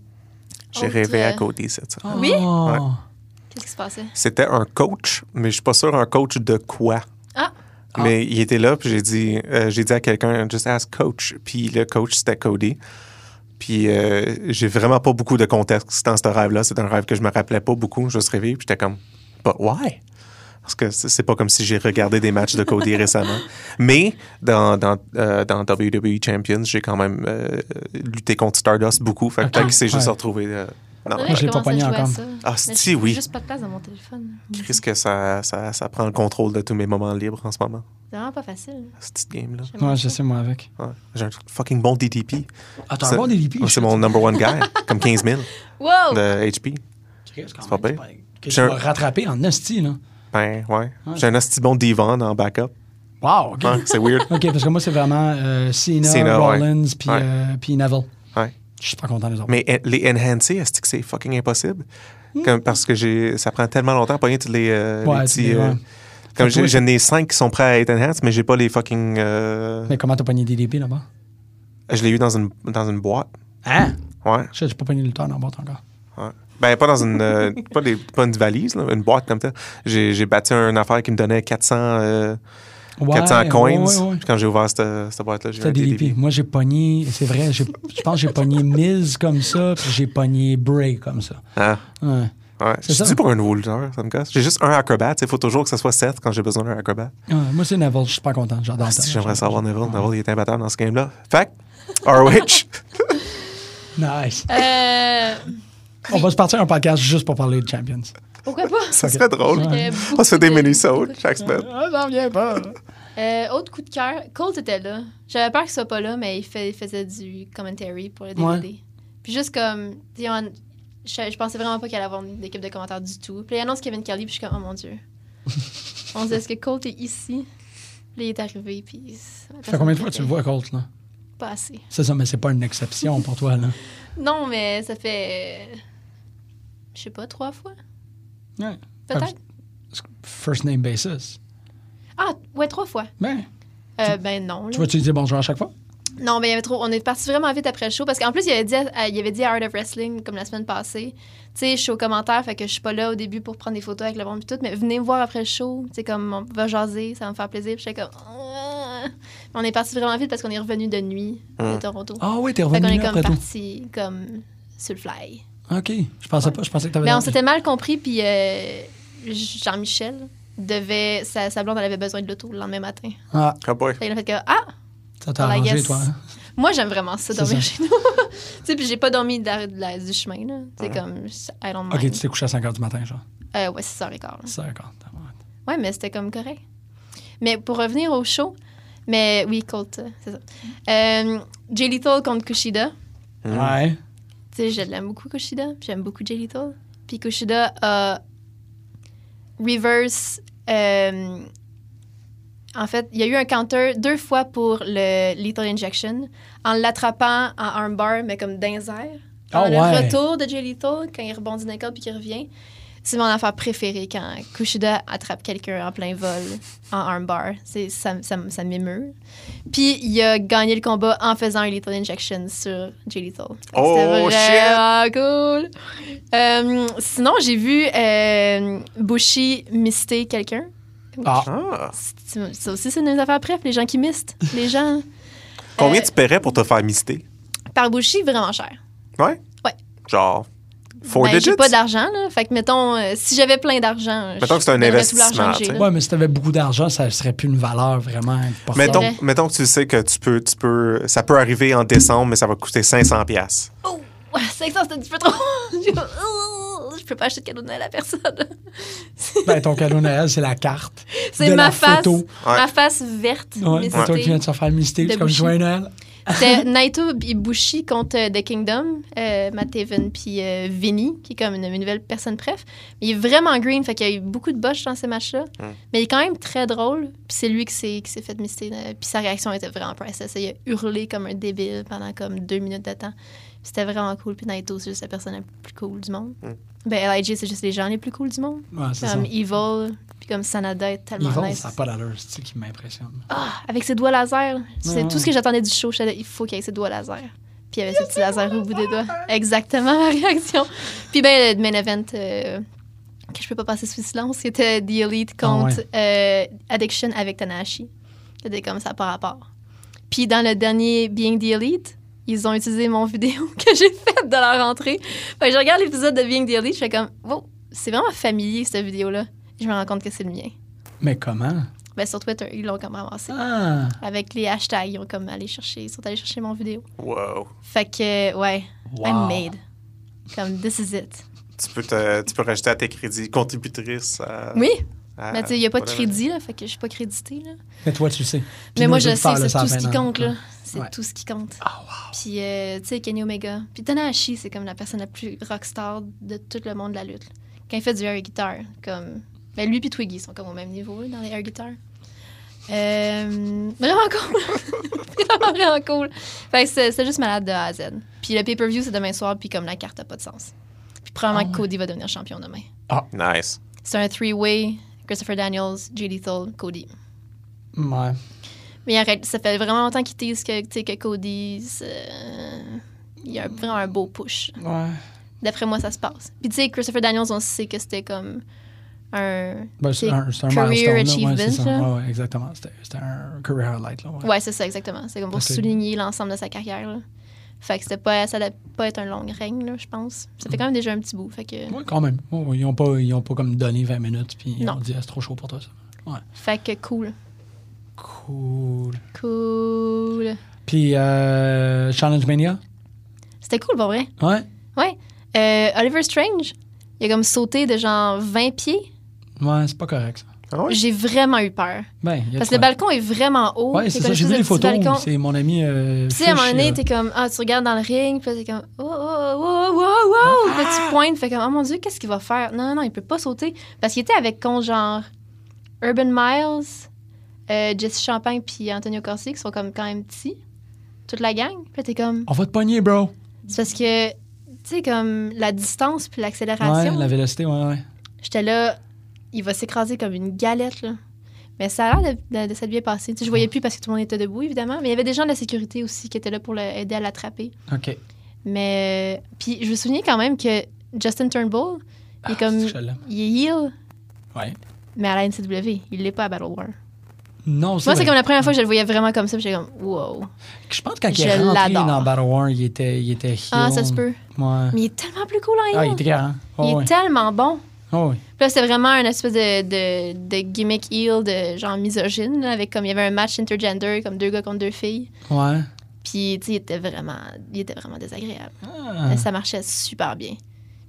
J'ai
autre,
rêvé à
euh,
côté cette semaine.
Oh.
Oui?
Ouais.
Qu'est-ce qui se passait?
C'était un coach, mais je suis pas sûr un coach de quoi.
Ah.
Mais il était là, puis j'ai dit, euh, j'ai dit à quelqu'un, just ask coach. Puis le coach, c'était Cody. Puis euh, j'ai vraiment pas beaucoup de contexte dans ce rêve-là. C'est un rêve que je me rappelais pas beaucoup. Je me suis réveillé, puis j'étais comme, but why? Parce que c'est c'est pas comme si j'ai regardé des matchs
[LAUGHS]
de Cody récemment. Mais dans, dans, euh, dans WWE Champions, j'ai quand même euh, lutté contre Stardust beaucoup. Fait que peut-être qu'il s'est juste
Ouais.
retrouvé. euh, non,
Ouais,
je l'ai pas
commence à
pogné
jouer à
encore.
ça.
Ah,
Mais
si,
j'ai
oui.
juste pas de place dans mon téléphone.
Chris, que ça, ça, ça prend le contrôle de tous mes moments libres en ce moment,
C'est vraiment pas facile.
cette petite game-là.
J'aime
Ouais,
pas
je
ça.
sais, moi, avec.
Ouais. J'ai un fucking bon DDP.
Ah, t'as un
Ça-
bon DDP.
Ouais, Oh, C'est mon number one guy, comme 15 000
Wow!
de HP.
C'est
pas pire.
Que tu
J'ai un-
vas rattraper en hostie, là.
Ben, ouais. J'ai un hostie bon Devon en backup.
Wow, OK.
Ouais, c'est weird.
OK, parce que moi, c'est vraiment euh, Cena,
Cena, ouais.
Rollins, puis
Ouais.
euh, puis Neville.
Ouais.
Je suis pas content des autres.
Mais en- les enhancer, est-ce que c'est fucking impossible? Comme, parce que j'ai, ça prend tellement longtemps pour rien tous les, euh,
Ouais,
les
tous les-
petits. euh,
ouais.
comme
Fait
j'ai-
toi,
j'en ai cinq qui sont prêts à être enhanced, mais j'ai pas les fucking. euh,
Mais comment t'as pogné DDP là-bas?
Je l'ai eu dans une, dans une boîte.
Hein?
Ouais.
Je sais, j'ai pas pogné le temps d'en boîte encore.
Ouais. Ben, pas dans une, euh, pas des- pas une valise, là, une boîte comme ça. J'ai j'ai bâti une affaire qui me donnait 400, euh,
Ouais,
400 coins.
Ouais, ouais, ouais.
Puis Quand j'ai ouvert cette, cette boîte-là, j'ai eu un
C'était DDP.
DDP.
Moi, j'ai pogné, c'est vrai, j'ai- je pense que j'ai pogné Miz comme ça, puis j'ai pogné Bray comme ça.
Ah,
Ouais.
ouais.
C'est
Je
ça.
dis pour un nouveau lutteur, ça me casse. J'ai juste un acrobat. Il faut toujours que ce soit 7 quand j'ai besoin d'un acrobat.
Ouais, moi, c'est Neville, je suis pas content. J'adore ça.
Si J'aimerais savoir Neville. Neville, il était imbattable dans ce game-là. Fait
[LAUGHS]
que, ROH.
Nice.
Euh,
On va se partir un podcast juste pour parler de Champions.
pourquoi pas?
ça serait drôle.
Il y a
On se fait des
beaucoup de-
mini-sauts
beaucoup de-
chaque semaine.
Ah, j'en viens pas.
Euh, autre coup de cœur, Colt était là. J'avais peur qu'il soit pas là, mais il, fait- il faisait du commentary pour le DVD. Puis juste comme, tu sais, on- je, je pensais vraiment pas qu'il allait avoir une équipe de commentaires du tout. Puis il annonce Kevin Kelly, puis je suis comme, oh
[LAUGHS]
mon dieu. on se dit, est-ce que Colt est ici? Puis il est arrivé, puis.
Ça fait combien de fois que tu le vois, Colt, là?
Pas assez.
C'est ça, mais c'est pas une exception pour toi, là.
Non, mais ça fait. euh, Je sais pas, trois fois?
[LAUGHS] Ouais.
Peut-être?
First name basis.
Ah, ouais, trois fois.
Ben,
Euh, ben non.
tu
là.
vas-tu lui dire bonjour à chaque fois?
Non, mais il y avait trop. On est parti vraiment vite après le show parce qu'en plus, il avait dit, à, à- il avait dit à Art of Wrestling comme la semaine passée. Tu sais, je suis au commentaire, fait que je suis pas là au début pour prendre des photos avec le monde et tout, mais venez me voir après le show. Tu sais, comme on va jaser, ça va me faire plaisir. Puis j'étais comme. Ah. On est parti vraiment vite parce qu'on est revenu de nuit de
Mm.
Toronto.
Ah oui, t'es
fait qu'on
revenu
est
là
comme
après tout.
parti comme sur le fly.
OK. Je pensais pas, je pensais que t'avais...
Mais Ben, on s'était mal compris, puis euh, Jean-Michel devait. Sa, sa blonde, elle avait besoin de l'auto le lendemain matin.
Ah,
Ah boy.
Fait qu'il a fait que. Ah!
ça t'a
Well, I
arrangé,
guess-
toi. hein?
Moi, j'aime vraiment ça,
C'est
dormir
ça.
chez nous. [LAUGHS] tu sais, puis j'ai pas dormi de la- de la- du chemin, là. Tu sais, comme, I don't mind.
OK, tu t'es couché à 5 h du matin, genre.
Euh, ouais, 6h15. là.
5 h
Ouais, mais c'était comme correct. Mais pour revenir au show, mais oui, Colt, euh, c'est ça. Euh, Jay Lethal contre Kushida.
Ouais.
Tu sais, je l'aime beaucoup, Kushida. puis J'aime beaucoup Jay Lethal. Puis Kushida a reverse. euh, en fait, il y a eu un counter deux fois pour le Lethal Injection en l'attrapant en armbar, mais comme d'un air.
Ah
le
ouais.
retour de Jay Lethal, quand il rebondit d'un corde puis qu'il revient, c'est mon affaire préférée quand Kushida attrape quelqu'un en plein vol en armbar. C'est, ça, ça, ça m'émeut. Puis il a gagné le combat en faisant un Lethal Injection sur Jay Lethal. Fait que
Oh,
c'était vraiment cool. Euh, sinon, j'ai vu euh, Bushi mister quelqu'un.
Ah.
Ah.
C'est- Ça aussi, c'est une des affaires préf, les gens qui mistent. Les gens.
[LAUGHS] Combien
Euh,
tu paierais pour te faire mister?
Par Bushi, vraiment cher.
Ouais?
Ouais.
Genre, four
Ben,
digits?
J'ai pas d'argent, là. Fait que, mettons, euh, si j'avais plein d'argent.
Mettons
je
que c'est un
donnerais tout l'argent
investissement,
que j'ai,
tu sais.
là.
Ouais, mais si t'avais beaucoup d'argent, ça serait plus une valeur vraiment importante.
Mais-
Mettons,
vrai.
mettons que tu sais que tu peux, tu peux, ça peut arriver en décembre, mais ça va coûter 500 pièces.
Oh, ouais, 500, c'est un petit peu trop. [LAUGHS] je peux pas acheter de cadeau de Noël à personne.
Ben, ton cadeau de Noël, c'est la carte.
C'est
de
ma
la
face.
photo.
Ouais.
Ma face verte.
Ouais,
mais
c'est toi
c'était-
qui viens de se faire mister.
De
C'est comme
boucher.
Joyeux Noël. [LAUGHS]
C'était Naito Ibushi contre euh, The Kingdom, euh, Matt Haven puis euh, Vinny, qui est comme une, une nouvelle personne bref. Mais il est vraiment green, fait qu'il y a eu beaucoup de botches dans ces matchs-là.
Mm.
Mais il est quand même très drôle, puis c'est lui qui s'est qui s'est fait mister. euh, Puis sa réaction était vraiment princesse. Il a hurlé comme un débile pendant comme deux minutes de temps. Puis C'était vraiment cool. Puis Naito, c'est juste la personne la plus cool du monde.
Mm.
Ben, L.I.J., c'est juste les gens les plus cool du monde.
Ouais, c'est ça.
Comme Evil, puis comme Sanada est tellement
Evil,
nice.
ça n'a pas d'allure, c'est ça qui m'impressionne.
Ah, avec ses doigts laser. C'est
Ouais.
tout ce que j'attendais du show. j'étais là, il faut qu'il y ait ses doigts laser. Puis il y avait ses petits lasers au bout des doigts. Exactement ma réaction. Puis ben le main event euh, que je peux pas passer sous silence, c'était The Elite
Ah ouais.
contre euh, Addiction avec Tanahashi. C'était comme ça par rapport. Puis dans le dernier Being the Elite, ils ont utilisé mon vidéo [LAUGHS] que j'ai faite de leur entrée. Fait que je regarde l'épisode de Being the Elite, je fais comme, wow, c'est vraiment familier cette vidéo-là. Je me rends compte que c'est le mien.
Mais comment?
Ben sur Twitter, ils l'ont comme ramassé
Ah!
avec les hashtags, ils ont comme allé chercher, ils sont allés chercher mon vidéo.
Wow.
Fait que ouais,
Wow.
I'm made. Comme this is it.
Tu peux, te- tu peux rajouter à tes crédits contributrice. à-
Oui,
à-
mais tu sais, il y a pas de
Euh, whatever.
crédit là, fait que je suis pas créditée là.
Mais toi, tu sais.
mais
Puis
moi
nous,
je sais,
de faire
c'est
le
tout ce qui
120,
compte là.
ouais.
C'est
Ouais.
tout ce qui compte.
Ah, wow.
Puis euh, tu sais Kenny Omega, puis Tanahashi, c'est comme la personne la plus rockstar de tout le monde de la lutte. là. Quand il fait du air guitar, comme ben lui puis Twiggy sont comme au même niveau là, dans les air guitar. Euh, vraiment [LAUGHS] cool. vraiment, vraiment cool. Fait que c'est c'est juste malade de A à Z. Puis le pay-per-view, c'est demain soir, puis comme la carte a pas de sens. Puis probablement
Ah,
que Cody va devenir champion demain.
Nice.
C'est un three-way, Christopher Daniels, Jay Lethal, Cody.
Ouais.
Mais arrête, ça fait vraiment longtemps qu'ils disent que, tu sais, que Cody, c'est, euh, il y a vraiment un beau push.
Ouais.
D'après moi, ça se passe. Puis tu sais, Christopher Daniels, on sait que c'était comme un...
Ben, c'est
C'est
un, c'est un
career
milestone. Là. Ouais, c'est
achievement,
ça.
là.
Ouais, ouais, exactement. C'était c'était un career highlight. Là, ouais.
Ouais, c'est ça, exactement. C'est comme pour
Parce que-
souligner l'ensemble de sa carrière. là. Fait que c'était pas, ça allait pas être un long règne, là, je pense. Ça
Mm.
fait quand même déjà un petit bout. Fait que,
Ouais, quand même. Ouais, ouais, ils n'ont pas, ils ont pas comme donné 20 minutes, puis ils
Non.
ont dit, Ah, c'est trop chaud pour toi, ça.
fait que cool.
Cool.
Cool.
Puis, euh, Challenge Mania?
C'était cool, pour vrai.
Ouais.
Ouais. Euh, Oliver Strange, il a comme sauté de genre 20 pieds.
Ouais, c'est pas correct, ça.
Ah oui?
J'ai vraiment eu peur.
Ben, il y a
Parce
de
que le
quoi.
balcon est vraiment haut.
Ouais, c'est ça, j'ai vu les photos. C'est mon ami. Euh,
Puis, tu sais, à un
Fish,
moment donné,
euh,
t'es comme, ah, tu regardes dans le ring, puis là, t'es comme, oh, oh, oh, oh, oh, oh, Puis là,
Ah!
tu pointes, fait comme, oh mon Dieu, qu'est-ce qu'il va faire? Non, non, non, il peut pas sauter. Parce qu'il était avec con, genre, Urban Miles, euh, Jesse Champagne, puis Antonio Corsi, qui sont comme quand même petits, toute la gang. Puis là, t'es comme,
On va te pogner, bro.
c'est parce que, tu sais, comme, la distance, puis
Ouais,
l'accélération,
la vélocité, ouais, ouais.
j'étais là, il va s'écraser comme une galette, là. Mais ça a l'air de, de, de s'être bien passé. Tu sais, je voyais plus parce que tout le monde était debout, évidemment, mais il y avait des gens de la sécurité aussi qui étaient là pour l'aider à l'attraper.
OK.
Mais euh, puis je me souviens quand même que Justin Turnbull, il
Ah,
est comme
c'est que je l'aime.
il est heel,
Ouais.
mais à la NCW, il l'est pas à Battle War.
Non,
Moi, c'est
vrai.
comme la première fois que je le voyais vraiment comme ça, puis j'étais comme wow.
Je pense que quand
Je
il est rentré
l'adore.
dans Battle War, il était, il était heel.
Ah, ça se peut.
Ouais.
Mais il est tellement plus cool en
Ah,
heel.
il était grand. Oh,
il est
ouais.
tellement bon.
Oh, oui.
Puis là, c'était vraiment un espèce de, de, de gimmick heel, de genre misogyne, là, avec comme il y avait un match intergender, comme deux gars contre deux filles.
Oh, Ouais.
Puis, tu sais, il était vraiment, il était vraiment désagréable.
Ah.
Mais ça marchait super bien.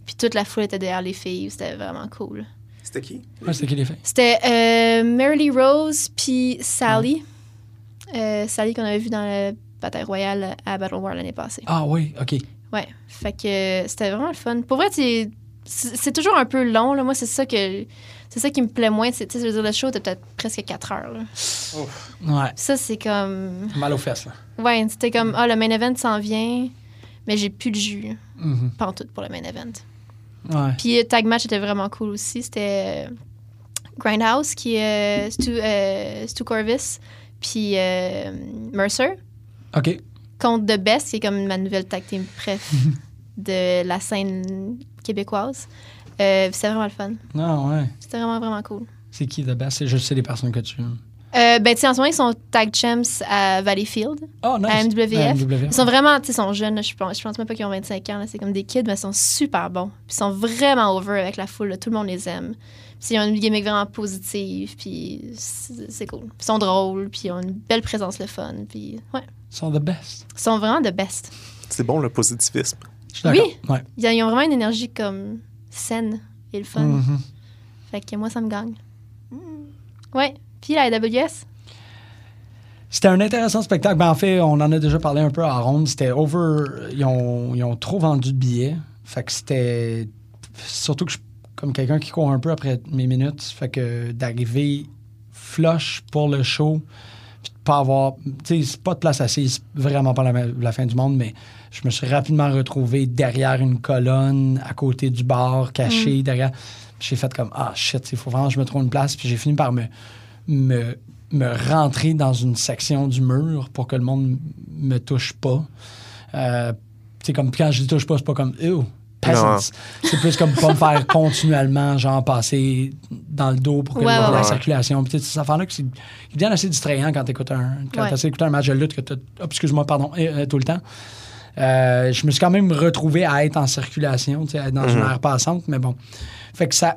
Puis toute la foule était derrière les filles, c'était vraiment cool.
C'était qui?
Ouais, Ah, c'est qui les fait.
C'était euh, Merrily Rose puis Sally. Euh, Sally qu'on avait vue dans le bataille royale à Battle War l'année passée.
Ah, oui, OK.
Ouais, fait que euh, c'était vraiment le fun. Pour vrai, c'est c'est c'est toujours un peu long. Là. Moi, c'est ça que c'est ça qui me plaît moins. C'est- tu sais, Je veux dire, le show était peut-être presque 4 heures. là.
Ouais.
Ça, c'est comme...
Mal aux fesses, là.
Ouais, c'était comme, ah, le main event s'en vient, mais j'ai plus de jus,
Mhm.
pas en tout pour le main event.
Ouais.
Puis euh, Tag Match était vraiment cool aussi. C'était euh, Grindhouse, qui est euh, Stu, euh, Stu Corvis, puis euh, Mercer,
OK.
contre The Best, qui est comme ma nouvelle tag team préf de la scène québécoise. Euh, c'était vraiment le fun.
Non, Ah, ouais.
C'était vraiment, vraiment cool.
C'est qui, The Best? C'est juste c'est les personnes que tu aimes.
Euh, ben, tu sais, en ce moment, ils sont Tag Champs à Valleyfield.
Oh, nice.
À MWF.
À MWF.
Ils sont vraiment, tu sais, ils sont jeunes, là, je pense, je pense même pas qu'ils ont 25 ans, là, c'est comme des kids, mais ils sont super bons. Puis ils sont vraiment over avec la foule, là, tout le monde les aime. Puis ils ont une gimmick vraiment positive, puis c'est c'est cool. Puis ils sont drôles, puis ils ont une belle présence, le fun, puis ouais.
Ils sont The Best.
Ils sont vraiment de best.
C'est bon le positivisme.
Je suis d'accord.
Oui.
Ouais.
Ils ont- ils ont vraiment une énergie comme saine et le fun.
Mhm.
Mm. Fait que moi, ça me gagne. Ouais. Puis la AWS,
C'était un intéressant spectacle. Ben, en fait, on en a déjà parlé un peu à Ronde. C'était over. Ils ont, ils ont trop vendu de billets. Fait que c'était. Surtout que je suis comme quelqu'un qui court un peu après mes minutes. Fait que d'arriver flush pour le show, puis de pas avoir. Tu sais, c'est pas de place assise, vraiment pas la, la fin du monde, mais je me suis rapidement retrouvé derrière une colonne, à côté du bar,
Mm.
caché, derrière. Puis j'ai fait comme Ah shit, il faut vraiment que je me trouve une place. Puis j'ai fini par me, me, me rentrer dans une section du mur pour que le monde me touche pas. Euh, tu sais, comme quand je dis touche pas, c'est pas comme Ew, peasants. C'est plus comme pas me
[LAUGHS]
faire continuellement, genre passer dans le dos pour que
Ouais,
le monde ait
ouais,
la
ouais.
circulation. Puis tu sais, ces affaires-là, que c'est ils deviennent assez distrayant quand t'écoutes un, quand
Ouais.
t'essaies d'écouter un match de lutte que t'as, oh, excuse-moi, pardon, eh, eh, tout le temps. Euh, je me suis quand même retrouvé à être en circulation, tu sais, à être dans une aire passante, mais bon. Fait que ça,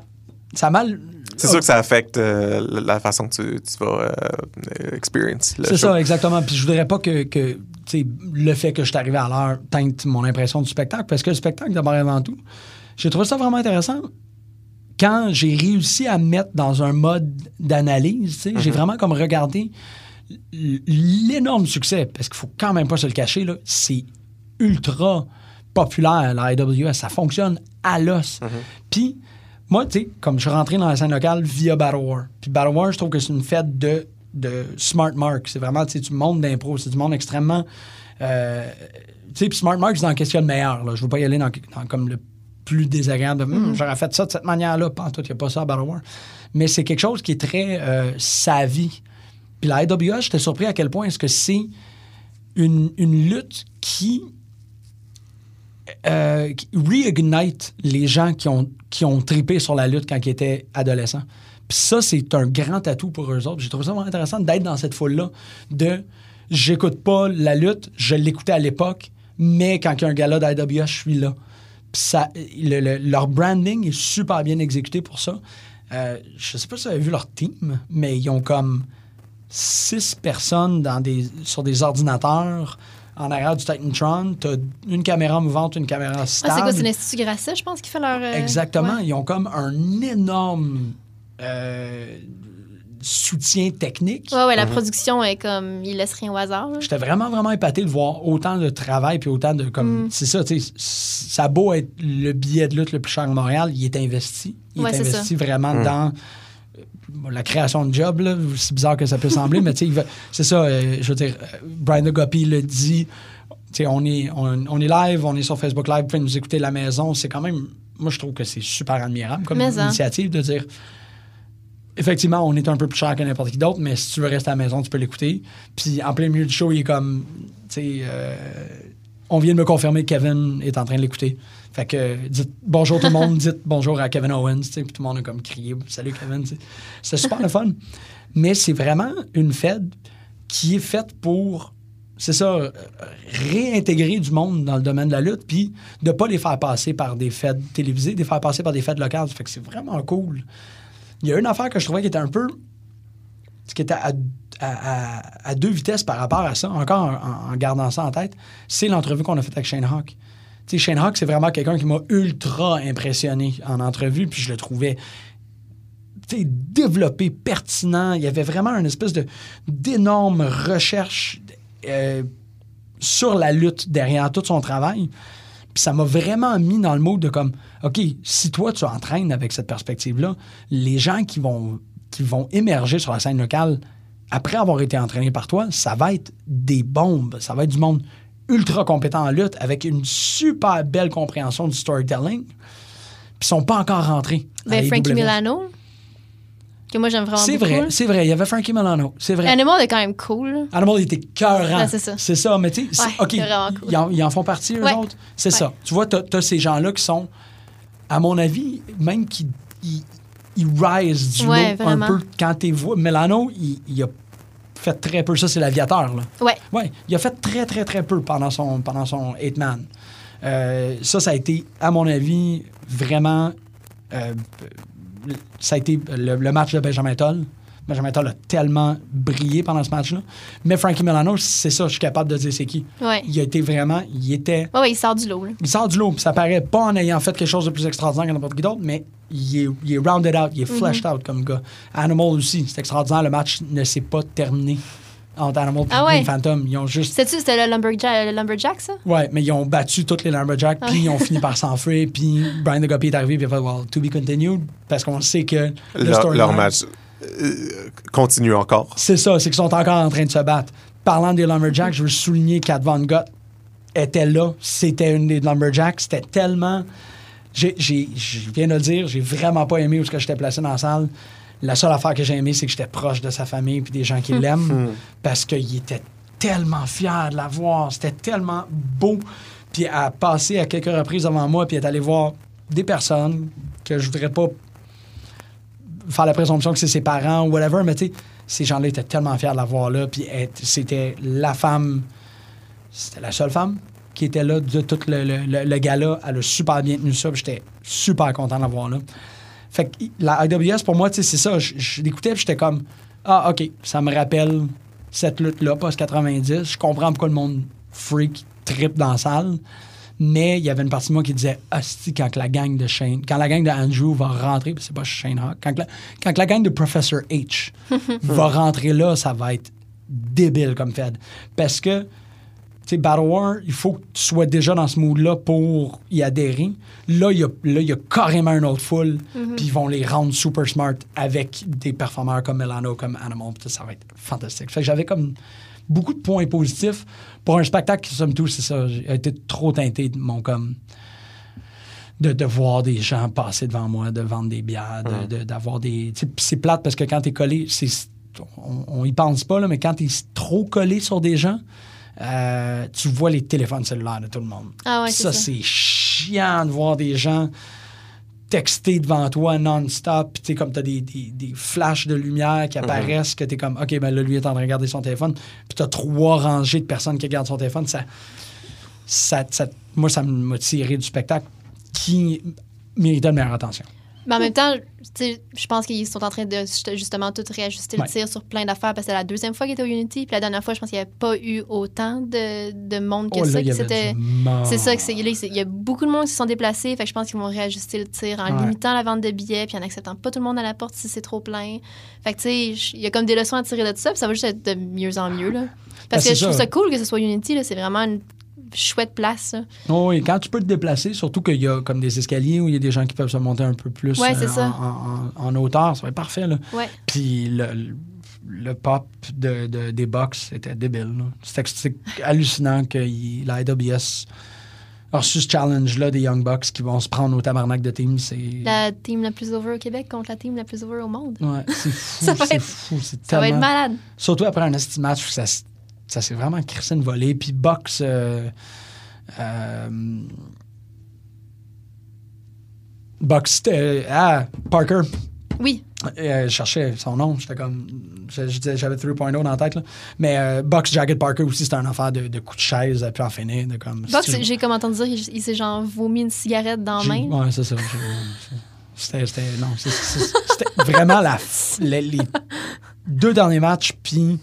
ça a mal.
C'est sûr que ça affecte euh, la façon que tu, tu vas euh, experience le
C'est
show.
ça, exactement. Puis je voudrais pas que, que tu sais, le fait que je suis arrivé à l'heure teinte mon impression du spectacle, parce que le spectacle, d'abord et avant tout, j'ai trouvé ça vraiment intéressant. Quand j'ai réussi à me mettre dans un mode d'analyse, tu sais, j'ai vraiment comme regardé l- l'énorme succès, parce qu'il faut quand même pas se le cacher, là, c'est ultra populaire, la AWS, ça fonctionne à l'os. Puis, moi, tu sais, comme je suis rentré dans la scène locale via Battle War, puis Battle War, je trouve que c'est une fête de, de smart mark. C'est vraiment, tu sais, du monde d'impro, c'est du monde extrêmement... euh, tu sais, puis smart mark, c'est dans question de meilleur. Là. Je veux pas y aller dans, dans comme le plus désagréable. de, Hum, J'aurais fait ça de cette manière-là. Pas en tout, il n'y a pas ça à Battle War. Mais c'est quelque chose qui est très euh, savie. Puis la AWA, j'étais surpris à quel point est-ce que c'est une, une lutte qui, euh, qui reignite les gens qui ont, qui ont tripé sur la lutte quand ils étaient adolescents. Puis ça, c'est un grand atout pour eux autres. J'ai trouvé ça vraiment intéressant d'être dans cette foule-là de « j'écoute pas la lutte, je l'écoutais à l'époque, mais quand il y a un gala d'IWA, je suis là ». Puis ça, le- le- leur branding est super bien exécuté pour ça. Euh, je sais pas si vous avez vu leur team, mais ils ont comme six personnes dans des, sur des ordinateurs en arrière du Titantron. T'as une caméra mouvante, une caméra
Ah,
stable.
c'est quoi, c'est l'Institut Grasset, je pense, qui fait leur. euh,
Exactement.
ouais.
Ils ont comme un énorme euh, soutien technique.
Ouais, ouais, la production est comme. Ils laissent rien au hasard. là.
J'étais vraiment, vraiment épaté de voir autant de travail puis autant de. comme
Mm.
C'est ça, tu sais. Ça a beau être le billet de lutte le plus cher à Montréal, il est investi. Il
Ouais,
est
c'est ça.
investi vraiment dans euh, bon, la création de job, là, c'est bizarre que ça peut sembler, mais tu sais, il va- c'est ça, euh, je veux dire, euh, Brian Gopi le dit, tu sais, on est, on, on est live, on est sur Facebook Live, vous pouvez nous écouter de la maison, c'est quand même, moi je trouve que c'est super admirable comme
Mais ça.
initiative de dire, effectivement, on est un peu plus cher que n'importe qui d'autre, mais si tu veux rester à la maison, tu peux l'écouter. Puis en plein milieu du show, il est comme, tu sais, euh, on vient de me confirmer que Kevin est en train de l'écouter. Fait que euh, dites bonjour tout le monde, dites bonjour à Kevin Owens, tu sais, puis tout le monde a comme crié, salut Kevin, tu sais. C'est super le fun. Mais c'est vraiment une fête qui est faite pour, c'est ça, euh, réintégrer du monde dans le domaine de la lutte, puis de pas les faire passer par des fêtes télévisées, de les faire passer par des fêtes locales. Fait que c'est vraiment cool. Il y a une affaire que je trouvais qui était un peu. qui était à, à- à- à deux vitesses par rapport à ça, encore en, en gardant ça en tête, c'est l'entrevue qu'on a faite avec Shane Hawk. Tu sais, Shane Hawk, c'est vraiment quelqu'un qui m'a ultra impressionné en entrevue, puis je le trouvais tu sais, développé, pertinent. Il y avait vraiment une espèce de d'énorme recherche euh, sur la lutte derrière tout son travail. Puis ça m'a vraiment mis dans le mode de comme, OK, si toi tu entraînes avec cette perspective-là, les gens qui vont, qui vont émerger sur la scène locale après avoir été entraînés par toi, ça va être des bombes. Ça va être du monde ultra compétent en lutte avec une super belle compréhension du storytelling. Puis ils sont pas encore rentrés. à E
Ben, Frankie
AEW.
Milano, que moi j'aime vraiment
C'est
beaucoup.
vrai,
là.
c'est vrai. Il y avait Frankie Milano. C'est vrai.
Animal est quand même cool.
Animal était cœurant.
Ouais, Ben, c'est ça.
C'est ça, mais tu sais, c'est-
Ouais,
OK,
c'est vraiment cool.
ils, en, ils en font partie, eux
Ouais.
autres. C'est
Ouais.
ça. Tu vois, t'as as ces gens-là qui sont, à mon avis, même qui ils, ils rise du
Ouais,
lot
vraiment.
un peu quand t'es vois. Melano, il, il a fait très peu. Ça, c'est l'aviateur, là.
Ouais.
Oui, il a fait très, très, très peu pendant son, pendant son Eight Man. Euh, ça, ça a été, à mon avis, vraiment. euh, ça a été le, le match de Benjamin Toll. Benjamin Toll a tellement brillé pendant ce match-là. Mais Frankie Milano, c'est ça, je suis capable de dire c'est qui.
Ouais.
Il a été vraiment. Il était.
Ouais, ouais, il sort du lot. là.
Il sort du lot, puis ça paraît pas en ayant fait quelque chose de plus extraordinaire que n'importe qui d'autre, mais il est, il est
Mm-hmm.
rounded out, il est fleshed out comme gars. Animal aussi, c'est extraordinaire, le match ne s'est pas terminé entre Animal
Ah
et
ouais.
Phantom. Ils ont juste.
C'était-tu, c'était le Lumberjack, le Lumberjack, ça?
Ouais, mais ils ont battu toutes les Lumberjacks, puis ils ont fini par s'enfuir, puis Brian de Guppy est arrivé, puis il a fait, well, to be continued, parce qu'on sait que le
Leur,
storyline-
leur match euh, continue encore.
C'est ça, c'est qu'ils sont encore en train de se battre. Parlant des Lumberjacks, je veux souligner qu'Ad Van Gogh était là. C'était une des Lumberjacks. C'était tellement. j'ai- j'ai- Je viens de le dire, j'ai vraiment pas aimé où ce que j'étais placé dans la salle. La seule affaire que j'ai aimée, c'est que j'étais proche de sa famille puis des gens qui l'aiment parce qu'il était tellement fier de la voir. C'était tellement beau. Puis elle a passé à quelques reprises avant moi puis elle est allée voir des personnes que je voudrais pas faire la présomption que c'est ses parents ou whatever, mais tu sais, ces gens-là étaient tellement fiers de la voir là, puis elle- c'était la femme, c'était la seule femme qui était là de tout le, le, le- le gala. Elle a super bien tenu ça, puis j'étais super content de la voir là. Fait que la IWS, pour moi, tu sais, c'est ça, je, je l'écoutais, puis j'étais comme, ah, OK, ça me rappelle cette lutte-là, post-90, je comprends pourquoi le monde freak tripe dans la salle, mais il y avait une partie de moi qui disait Hostie, quand que la gang de Shane, quand la gang de Andrew va rentrer, puis c'est pas Shane Hawk, quand que la, quand que la gang de Professor H va rentrer là, ça va être débile comme Fed. Parce que, tu sais, Battle War, il faut que tu sois déjà dans ce mood-là pour y adhérer. Là, il y a, là, il y a carrément une autre foule, puis ils vont les rendre super smart avec des performeurs comme Milano, comme Animal, puis ça va être fantastique. Fait que j'avais comme beaucoup de points positifs pour un spectacle qui, somme toute, c'est ça, j'ai- a été trop teinté de mon comme. De, de voir des gens passer devant moi, de vendre des bières, de- de- d'avoir des. tu sais, pis c'est plate parce que quand t'es collé, c'est, on, on y pense pas, là, mais quand t'es trop collé sur des gens, euh, tu vois les téléphones cellulaires de tout le monde.
Ah ouais, c'est
ça,
ça.
c'est chiant de voir des gens texter devant toi non-stop, puis tu sais, comme t'as des, des, des flashs de lumière qui apparaissent, que t'es comme, OK, ben là, lui est en train de regarder son téléphone, puis t'as trois rangées de personnes qui regardent son téléphone, ça... ça, ça- moi, ça m'a tiré du spectacle qui méritait de meilleure attention.
Mais
Hmm.
en même temps, tu sais, je pense qu'ils sont en train de juste- justement tout réajuster
Ouais.
le tir sur plein d'affaires parce que c'est la deuxième fois qu'ils étaient au Unity. Puis la dernière fois, je pense qu'il n'y avait pas eu autant de, de monde que
Oh là,
ça.
il y
que
avait
c'était-
du monde.
C'est ça, que c'est- là, il y a beaucoup de monde qui se sont déplacés. Fait que je pense qu'ils vont réajuster le tir en
Ouais.
limitant la vente de billets puis en acceptant pas tout le monde à la porte si c'est trop plein. Fait que tu sais, je- il y a comme des leçons à tirer de ça. Puis ça va juste être de mieux en mieux. Là. Parce
Ben, c'est
que je trouve
ça.
ça cool que ce soit Unity. là, C'est vraiment une chouette place. là.
Oh oui, quand tu peux te déplacer, surtout qu'il y a comme des escaliers où il y a des gens qui peuvent se monter un peu plus
Ouais, c'est
en,
ça.
en- en- en hauteur, ça va être parfait. Là.
Ouais.
Puis le, le pop de, de- des box était débile. là. C'était c'était hallucinant que il- la IWS a reçu ce challenge-là des Young Bucks qui vont se prendre au tabarnak de team. C'est
La team la plus over au Québec contre la team la plus over au monde.
ouais, c'est fou,
[LAUGHS] Ça va
c'est
être-
fou, c'est
Ça va être
tellement-
malade.
Surtout après un esti de match où ça, s- ça s'est vraiment crissé une volée. Puis box. euh, euh, box. euh, ah, Parker.
Oui.
Euh, je cherchais son nom. J'étais comme. je- je disais- J'avais 3.0 dans la tête. Là. Mais euh, Box Jagged Parker aussi, c'était un affaire de, de coup de chaise, puis en finir. De, comme,
Box,
c'est-
j'ai comme entendu dire, il, il s'est genre vomi une cigarette dans la
j'ai-
main.
Ouais, c'est ça. Je- C'était, c'était- non, c'est- c'est- c'était vraiment la, f- les, les deux derniers matchs, puis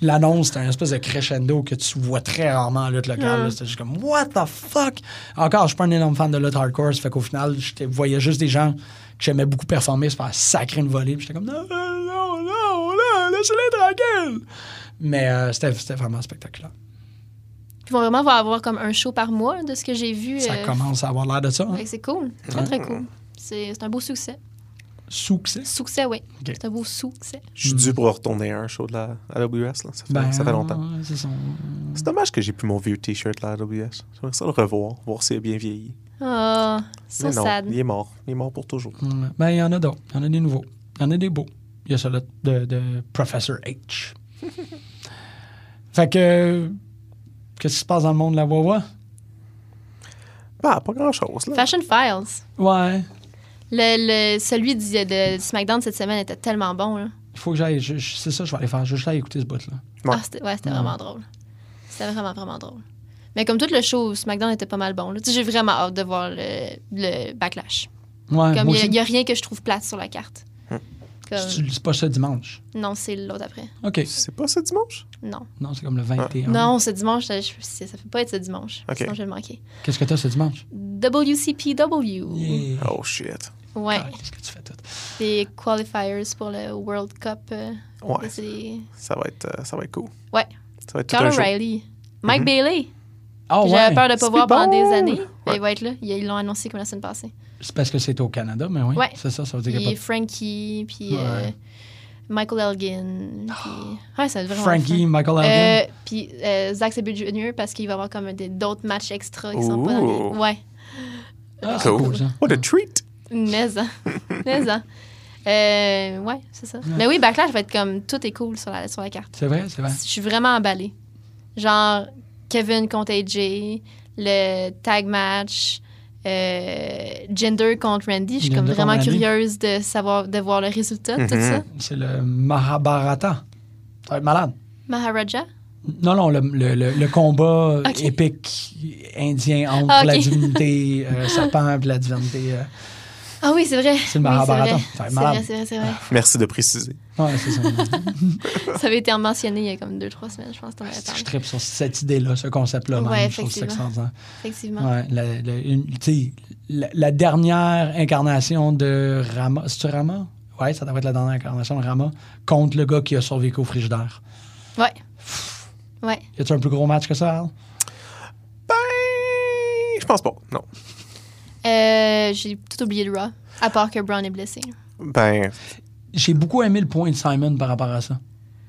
l'annonce, c'était un espèce de crescendo que tu vois très rarement en lutte locale. là. C'était juste comme, what the fuck? Encore, je suis pas un énorme fan de lutte hardcore, ça fait qu'au final, je voyais juste des gens que j'aimais beaucoup performer se faire sacrer une volée, puis j'étais comme, non, non, non, non, laissez-les tranquilles! Mais euh, c'était, c'était vraiment spectaculaire.
Puis ils vont vraiment avoir, avoir comme un show par mois de ce que j'ai vu.
Ça
euh,
commence à avoir l'air de ça. hein.
fait que C'est cool. Très, très cool. C'est c'est un beau succès.
Succès.
Succès, oui.
Ok.
C'est un beau succès.
Je suis dû pour retourner à un show de la AWS. Là. Ça, fait,
Hmm. Ben,
ça fait longtemps.
ouais, c'est son-
C'est dommage que j'ai plus mon vieux T-shirt de la AWS. J'aimerais ça le revoir, voir s'il a bien vieilli.
Ah, so
Mais non,
sad.
il est mort. Il est mort pour toujours.
Ouais. Ben, il y en a d'autres. Il y en a des nouveaux. Il y en a des beaux. Il y a celui de, de Professor H. fait que. euh, Qu'est-ce qui se passe dans le monde de la Wawa?
Bah, pas grand-chose. là.
Fashion Files.
Ouais.
Le, le- celui d'hi- de, SmackDown cette semaine était tellement bon. Là.
Il faut que j'aille. je- je- C'est ça, je vais aller faire. Je vais juste aller écouter ce bout-là.
Ouais.
Ah, c'était ouais, c'était vraiment drôle. C'était vraiment, vraiment drôle. Mais comme tout le show, SmackDown était pas mal bon. là. Tu sais, J'ai vraiment hâte de voir le, le backlash.
Ouais.
Comme
moi
il
aussi.
n'y a, rien que je trouve plate sur la carte.
Hum.
Comme-
C'est c'est pas ce dimanche.
Non, c'est l'autre après.
OK.
C'est pas ce dimanche?
Non.
Non, c'est comme le 21.
Non, ce dimanche, ça, je- c'est- ça peut pas être ce dimanche.
Ok.
Sinon, je vais le manquer.
Qu'est-ce que t'as ce dimanche?
WCPW.
Oh shit.
Ouais.
Ah, Qu'est-ce que tu fais tout?
Des qualifiers pour le World Cup. euh,
Ouais,
c'est-
ça va être, euh, ça va être cool.
Ouais.
Ça va être tout
Carl
un show.
O'Reilly. Mike
Mhm.
Bailey.
Ah
que J'avais peur de ne pas voir pendant des
Speedball!
années. mais
Ouais.
Il va être là. Ils ils l'ont annoncé comme la semaine passée.
C'est parce que c'est au Canada, mais oui.
Ouais.
C'est ça, ça veut dire qu'il y a
Puis
pas
Frankie, puis euh,
Ouais.
Michael Elgin. Puis... Ouais, ça va être
de...
vraiment
Frankie,
le fun.
Michael Elgin.
Euh, puis euh, Zach Sabre Jr. parce qu'il va avoir comme des- d'autres matchs extra qui sont
Ooh.
pas dans les... Ouais.
ah,
oh.
c'est cool, ça.
What a treat!
Une maison. Une maison. hein. Euh, ouais, c'est ça. Mais oui, Backlash va être comme tout est cool sur la, sur la carte.
C'est vrai, c'est vrai.
Je suis vraiment emballée. Genre, Kevin contre AJ, le tag match, euh, Gender contre Randy. Je suis comme
Jinder contre
vraiment
Randy.
curieuse de savoir, de voir le résultat de tout
Mhm.
ça.
C'est le Mahabharata. Ça va être malade.
Maharaja.
Non, non, le, le- le- le combat
Ok.
épique indien entre
Ah, ok.
la
[LAUGHS]
divinité euh, serpent et la divinité. euh,
Ah oui, c'est vrai.
C'est le Mahabharata.
Oui,
Ça va être
c'est
malade.
vrai, c'est vrai, c'est vrai.
Merci de préciser.
Ouais, c'est ça.
Ça avait été mentionné il y a comme deux, trois semaines, je pense. t'en avais
Ah. C'est que
parlé.
je tripe sur cette idée-là, ce concept-là. même.
Ouais,
je trouve ça
effectivement.
extraordinaire.
Effectivement.
Ouais, la, la- une- tu sais, la- la dernière incarnation de Rama. C'est-tu Rama? Ouais, ça devrait être la dernière incarnation de Rama contre le gars qui a survécu au frigidaire.
Ouais. Ouais.
Y a-tu un plus gros match que ça, Al?
Ben, je pense pas, non.
Euh, J'ai tout oublié de Raw, à part que Brown est blessé.
Ben,
J'ai beaucoup aimé le point de Simon par rapport à ça.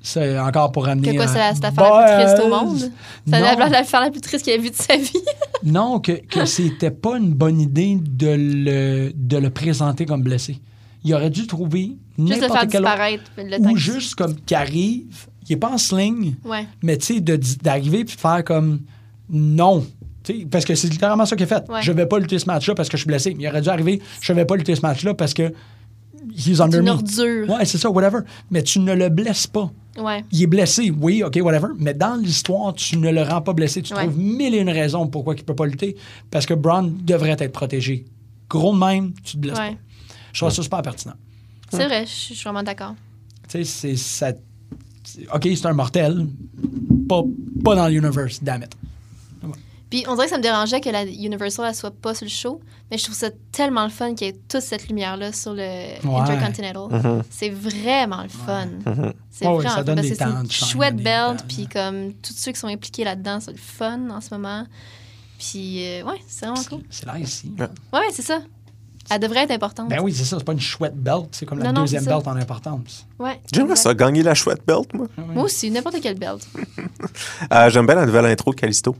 C'est encore pour amener.
Que quoi,
un
c'est la- c'est l'affaire la plus triste au
buzz.
monde? Ça
Non.
a l'air de l'affaire la plus triste qu'il a vue de sa vie.
Non, que,
[LAUGHS]
que c'était pas une bonne idée de le, de le présenter comme blessé. Il aurait dû trouver
Juste le faire
n'importe quel autre.
disparaître. Le temps
Ou
que-
juste comme qui arrive, il est pas en sling,
Ouais.
mais tu sais, de- d'arriver puis de faire comme non. Tu sais, parce que c'est littéralement ça qu'il a fait.
Ouais.
Je vais pas lutter ce match-là parce que je suis blessé. Il aurait dû arriver, je vais pas lutter ce match-là parce que he's under
une
me.
ordure.
Ouais, c'est ça, whatever. Mais tu ne le blesses pas.
Ouais.
Il est blessé, oui, OK, whatever. Mais dans l'histoire, tu ne le rends pas blessé. Tu
Ouais.
trouves mille et une raisons pourquoi il ne peut pas lutter. Parce que Braun devrait être protégé. Gros de même, tu ne te blesses
Ouais.
pas. Je trouve ça super pertinent.
C'est vrai, je suis je suis vraiment d'accord.
Tu sais, c'est ça. c'est- OK, c'est un mortel. Pas, pas dans l'universe, damn it.
Puis on dirait que ça me dérangeait que la Universal elle soit pas sur le show, mais je trouve ça tellement le fun qu'il y ait toute cette lumière là sur le Intercontinental.
Mm-hmm.
C'est vraiment le fun. C'est
Ouais, ouais,
vraiment
ça
le fun
donne des
parce que c'est
temps
une
de chaîne,
chouette
des
belt
temps.
puis comme tous ceux qui sont impliqués là-dedans, c'est le fun en ce moment. Puis euh, ouais, c'est vraiment cool.
C'est là ici.
Ouais.
Ouais, ouais, c'est ça. Elle devrait être importante.
Ben oui, c'est ça. C'est pas une chouette belt. C'est comme la
Non, non,
deuxième
c'est ça.
belt en importance.
Ouais.
j'aimerais ça, gagner la chouette belt, moi.
Moi aussi, n'importe quelle belt.
Euh, j'aime bien la nouvelle intro de Calisto.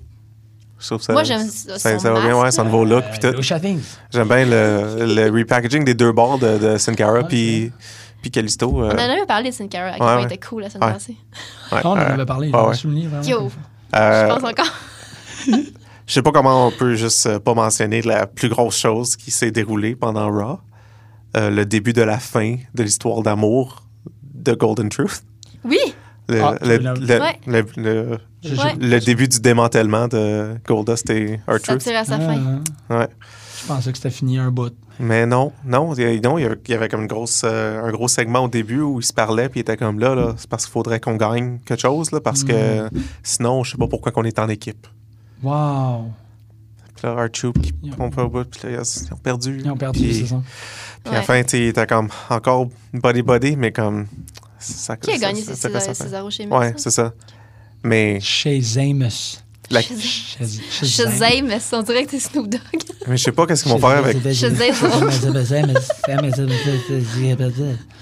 Je trouve ça,
Moi, j'aime ça- son
va bien,
masque,
ouais, son nouveau look. puis tout.
Euh, Lucha Things.
J'aime bien le, le repackaging des deux bords de, de Sin Cara
Ouais,
puis, puis Calisto. euh,
On en avait parlé de Sin Cara, à quel
Ouais,
point
ouais.
elle était cool la semaine
Ouais.
passée.
ouais,
Ah, on en
euh,
avait parlé.
ouais,
j'avais
ouais.
souligné vraiment.
Yo,
Euh,
je pense encore.
Je sais pas comment on peut juste euh, pas mentionner la plus grosse chose qui s'est déroulée pendant Raw. Euh, le début de la fin de l'histoire d'amour de Golden Truth.
Oui,
Le,
Ah,
le-
tu veux
le-
Ouais.
le- le-
Je- je-
Ouais.
le début du démantèlement de Goldust et
ça
R-Truth.
tire à sa
Ah,
fin.
Ouais.
Je pensais que c'était fini un bout.
Mais non, non, il y a- non, il y avait- il y avait comme une grosse, euh, un gros segment au début où ils se parlaient puis ils étaient comme là, là c'est parce qu'il faudrait qu'on gagne quelque chose, là, parce
Mm.
que sinon, je sais pas pourquoi qu'on est en équipe.
Wow.
Puis là, R-Truth qui
Ils ont-
pompe au bout, puis là, ils ont- ils ont perdu.
Ils ont perdu,
Puis-
c'est ça.
Puis à la
Ouais.
fin, tu sais, il était comme encore body-body, mais comme. Ça,
Qui a
ça-
gagné
ça-
ces
ça fait sa
César,
fin.
Césaro chez
Ouais, c'est ça. Mais,
Chez Amos.
la-
Chez
Shazam, mais c'est en direct c'est Snoop Dogg.
mais je sais pas qu'est-ce qu'ils vont faire avec.
Shazam.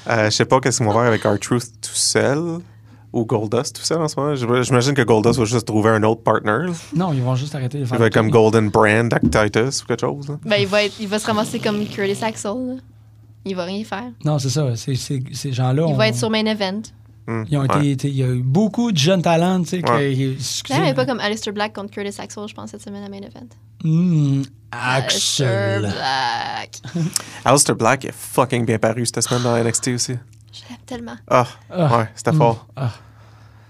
euh, je sais pas qu'est-ce qu'ils vont faire avec R-Truth tout seul ou Goldust tout seul en ce moment. J'im- J'imagine que Goldust va juste trouver un autre partner. là.
Non, ils vont juste arrêter de
Il
faire.
va être comme Golden Brand, Act Titus ou quelque chose. là.
[LAUGHS] Ben, il va, être- il va se ramasser comme Curtis Axel. là. Il va rien faire.
Non, c'est ça. c'est- c'est- ces gens-là. ont-
Il va être sur Main Event.
Hmm,
Ils ont été,
ouais.
été- il y a eu beaucoup de jeunes talents, tu sais, que-
Ouais.
excusez-
Là, mais pas comme Alistair Black contre Curtis Axel, je pense, cette semaine à Main Event.
Hmm,
Alistair
Axel.
Black.
Alistair Black est fucking bien paru cette semaine dans NXT aussi.
Je l'aime tellement.
Ah,
Ah.
ouais, c'était fort.
Ah.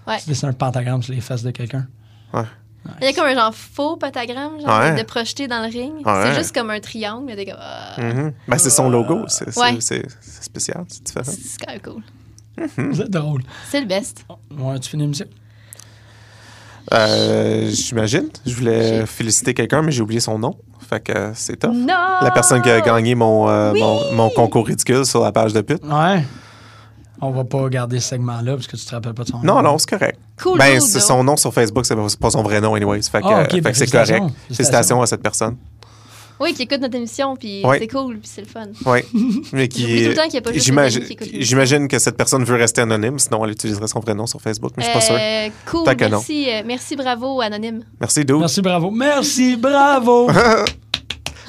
Ouais.
Tu dessines un pentagramme sur les fesses de quelqu'un.
Ouais.
Il y a comme un genre faux pentagramme, genre,
Ouais.
de projeté dans le ring.
Ouais.
C'est juste comme un triangle, mais t'es comme. ah,
Hmm.
Mhm. Ben, c'est son logo. C'est c'est-
Ouais.
c'est- c'est spécial, c'est différent.
C'est quand même cool.
Mmh.
Vous êtes drôle.
C'est le best.
Ouais, tu finis la musique?
Euh, J'imagine. Je voulais féliciter quelqu'un, mais j'ai oublié son nom. Fait que euh, c'est top.
Non!
Ah!
La personne qui a gagné mon, euh,
Oui!
mon, mon concours ridicule sur la page de pute.
Ouais. On va pas garder ce segment-là parce que tu te rappelles pas de son nom.
Non, non, c'est correct.
Oh,
Cool,
ben,
Ludo.
c'est son nom sur Facebook, c'est c'est pas son vrai nom, anyways. Fait que,
Ah,
euh,
ok,
fait
ben,
que c'est
félicitations.
correct.
Félicitations.
Félicitations à cette personne.
Oui, qui écoute notre émission, puis
Ouais.
c'est cool, puis c'est le fun.
Oui.
[LAUGHS]
Mais qui.
J'oublie tout le temps qu'il y a pas juste
j'imagine-
les amis qui écoutent.
J'imagine que cette personne veut rester anonyme, sinon elle utiliserait son vrai nom sur Facebook, mais je suis pas sûr.
Euh, cool,
Tant que non.
merci, euh, merci, bravo, Anonyme.
Merci, Dude.
Merci, bravo. Merci,
[LAUGHS]
bravo.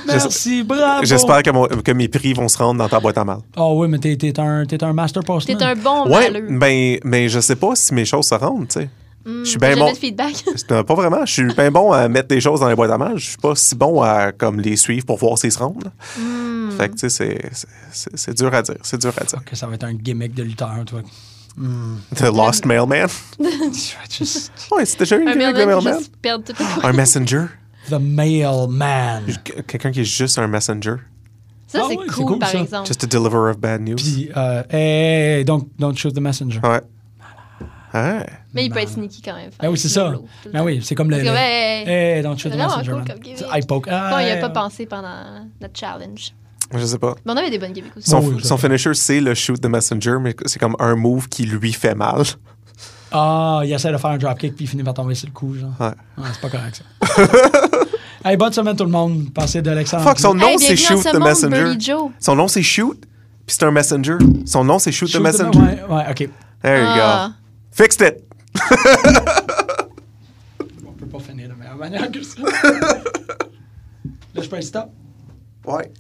Merci, bravo.
J'espère que, mon- que mes prix vont se rendre dans ta boîte à mal.
Oh oui, mais t'es, t'es un, t'es un master postman.
T'es un bon
Ouais,
malheureux.
ben, mais je sais pas si mes choses se rendent, tu sais. je suis bien
Hmm, Jamais
bon.
de
[LAUGHS]
feedback.
Non, euh, Pas vraiment. Je suis bien bon à mettre des choses dans les boîtes à mal. Je suis pas si bon à comme les suivre pour voir s'ils se rendent.
Hmm.
Fait que, tu sais, c'est- c'est- c'est c'est dur à dire. C'est dur à dire.
Que ça va être un gimmick de lutteur, toi. [LAUGHS]
The Lost Mailman. [LAUGHS]
Just
Ouais, c'était déjà eu
un
une gimmick de
mailman qui
mailman.
juste perd tout le
Un messenger.
the mailman.
Qu- Quelqu'un qui est juste un messenger.
Ça,
Ah
c'est
ouais, c'est
cool,
cool,
par
ça.
exemple.
Just a deliverer of bad news.
Puis, euh, hey, don't, don't shoot the messenger.
Ouais. Ouais.
Mais il peut être sneaky quand même.
Ah oui, c'est ça. Ah oui, c'est comme le.
Parce
le-
que, ouais,
Hey, don't shoot the
C'est vraiment
messenger.
cool
man.
comme gimmick.
C'est eye poke. Ah,
Bon, il n'y a
Hey,
pas pensé pendant notre challenge.
Je sais pas.
Mais on avait des bonnes gimmicks aussi.
Son,
Oh, oui, je
son
sais.
finisher, c'est le shoot the messenger, mais c'est comme un move qui lui fait mal.
Ah, il essaie de faire un dropkick puis il finit par tomber sur le cou, genre.
Ouais.
Ah, c'est pas correct, ça. [LAUGHS] hey, bonne semaine, tout le monde. Passez de l'excellent.
Fuck, son
Hey,
nom, c'est
bienvenue dans
shoot
ce
the
monde,
messenger.
Burly Joe.
Son nom, c'est shoot, puis c'est un messenger. Son nom, c'est shoot,
Shoot
the
the-
messenger.
Ouais, ouais, OK.
There you
Ah.
go. Fixed it.
On peut pas finir de meilleure manière que
[LAUGHS]
ça. Là, je peux stop.
Ouais.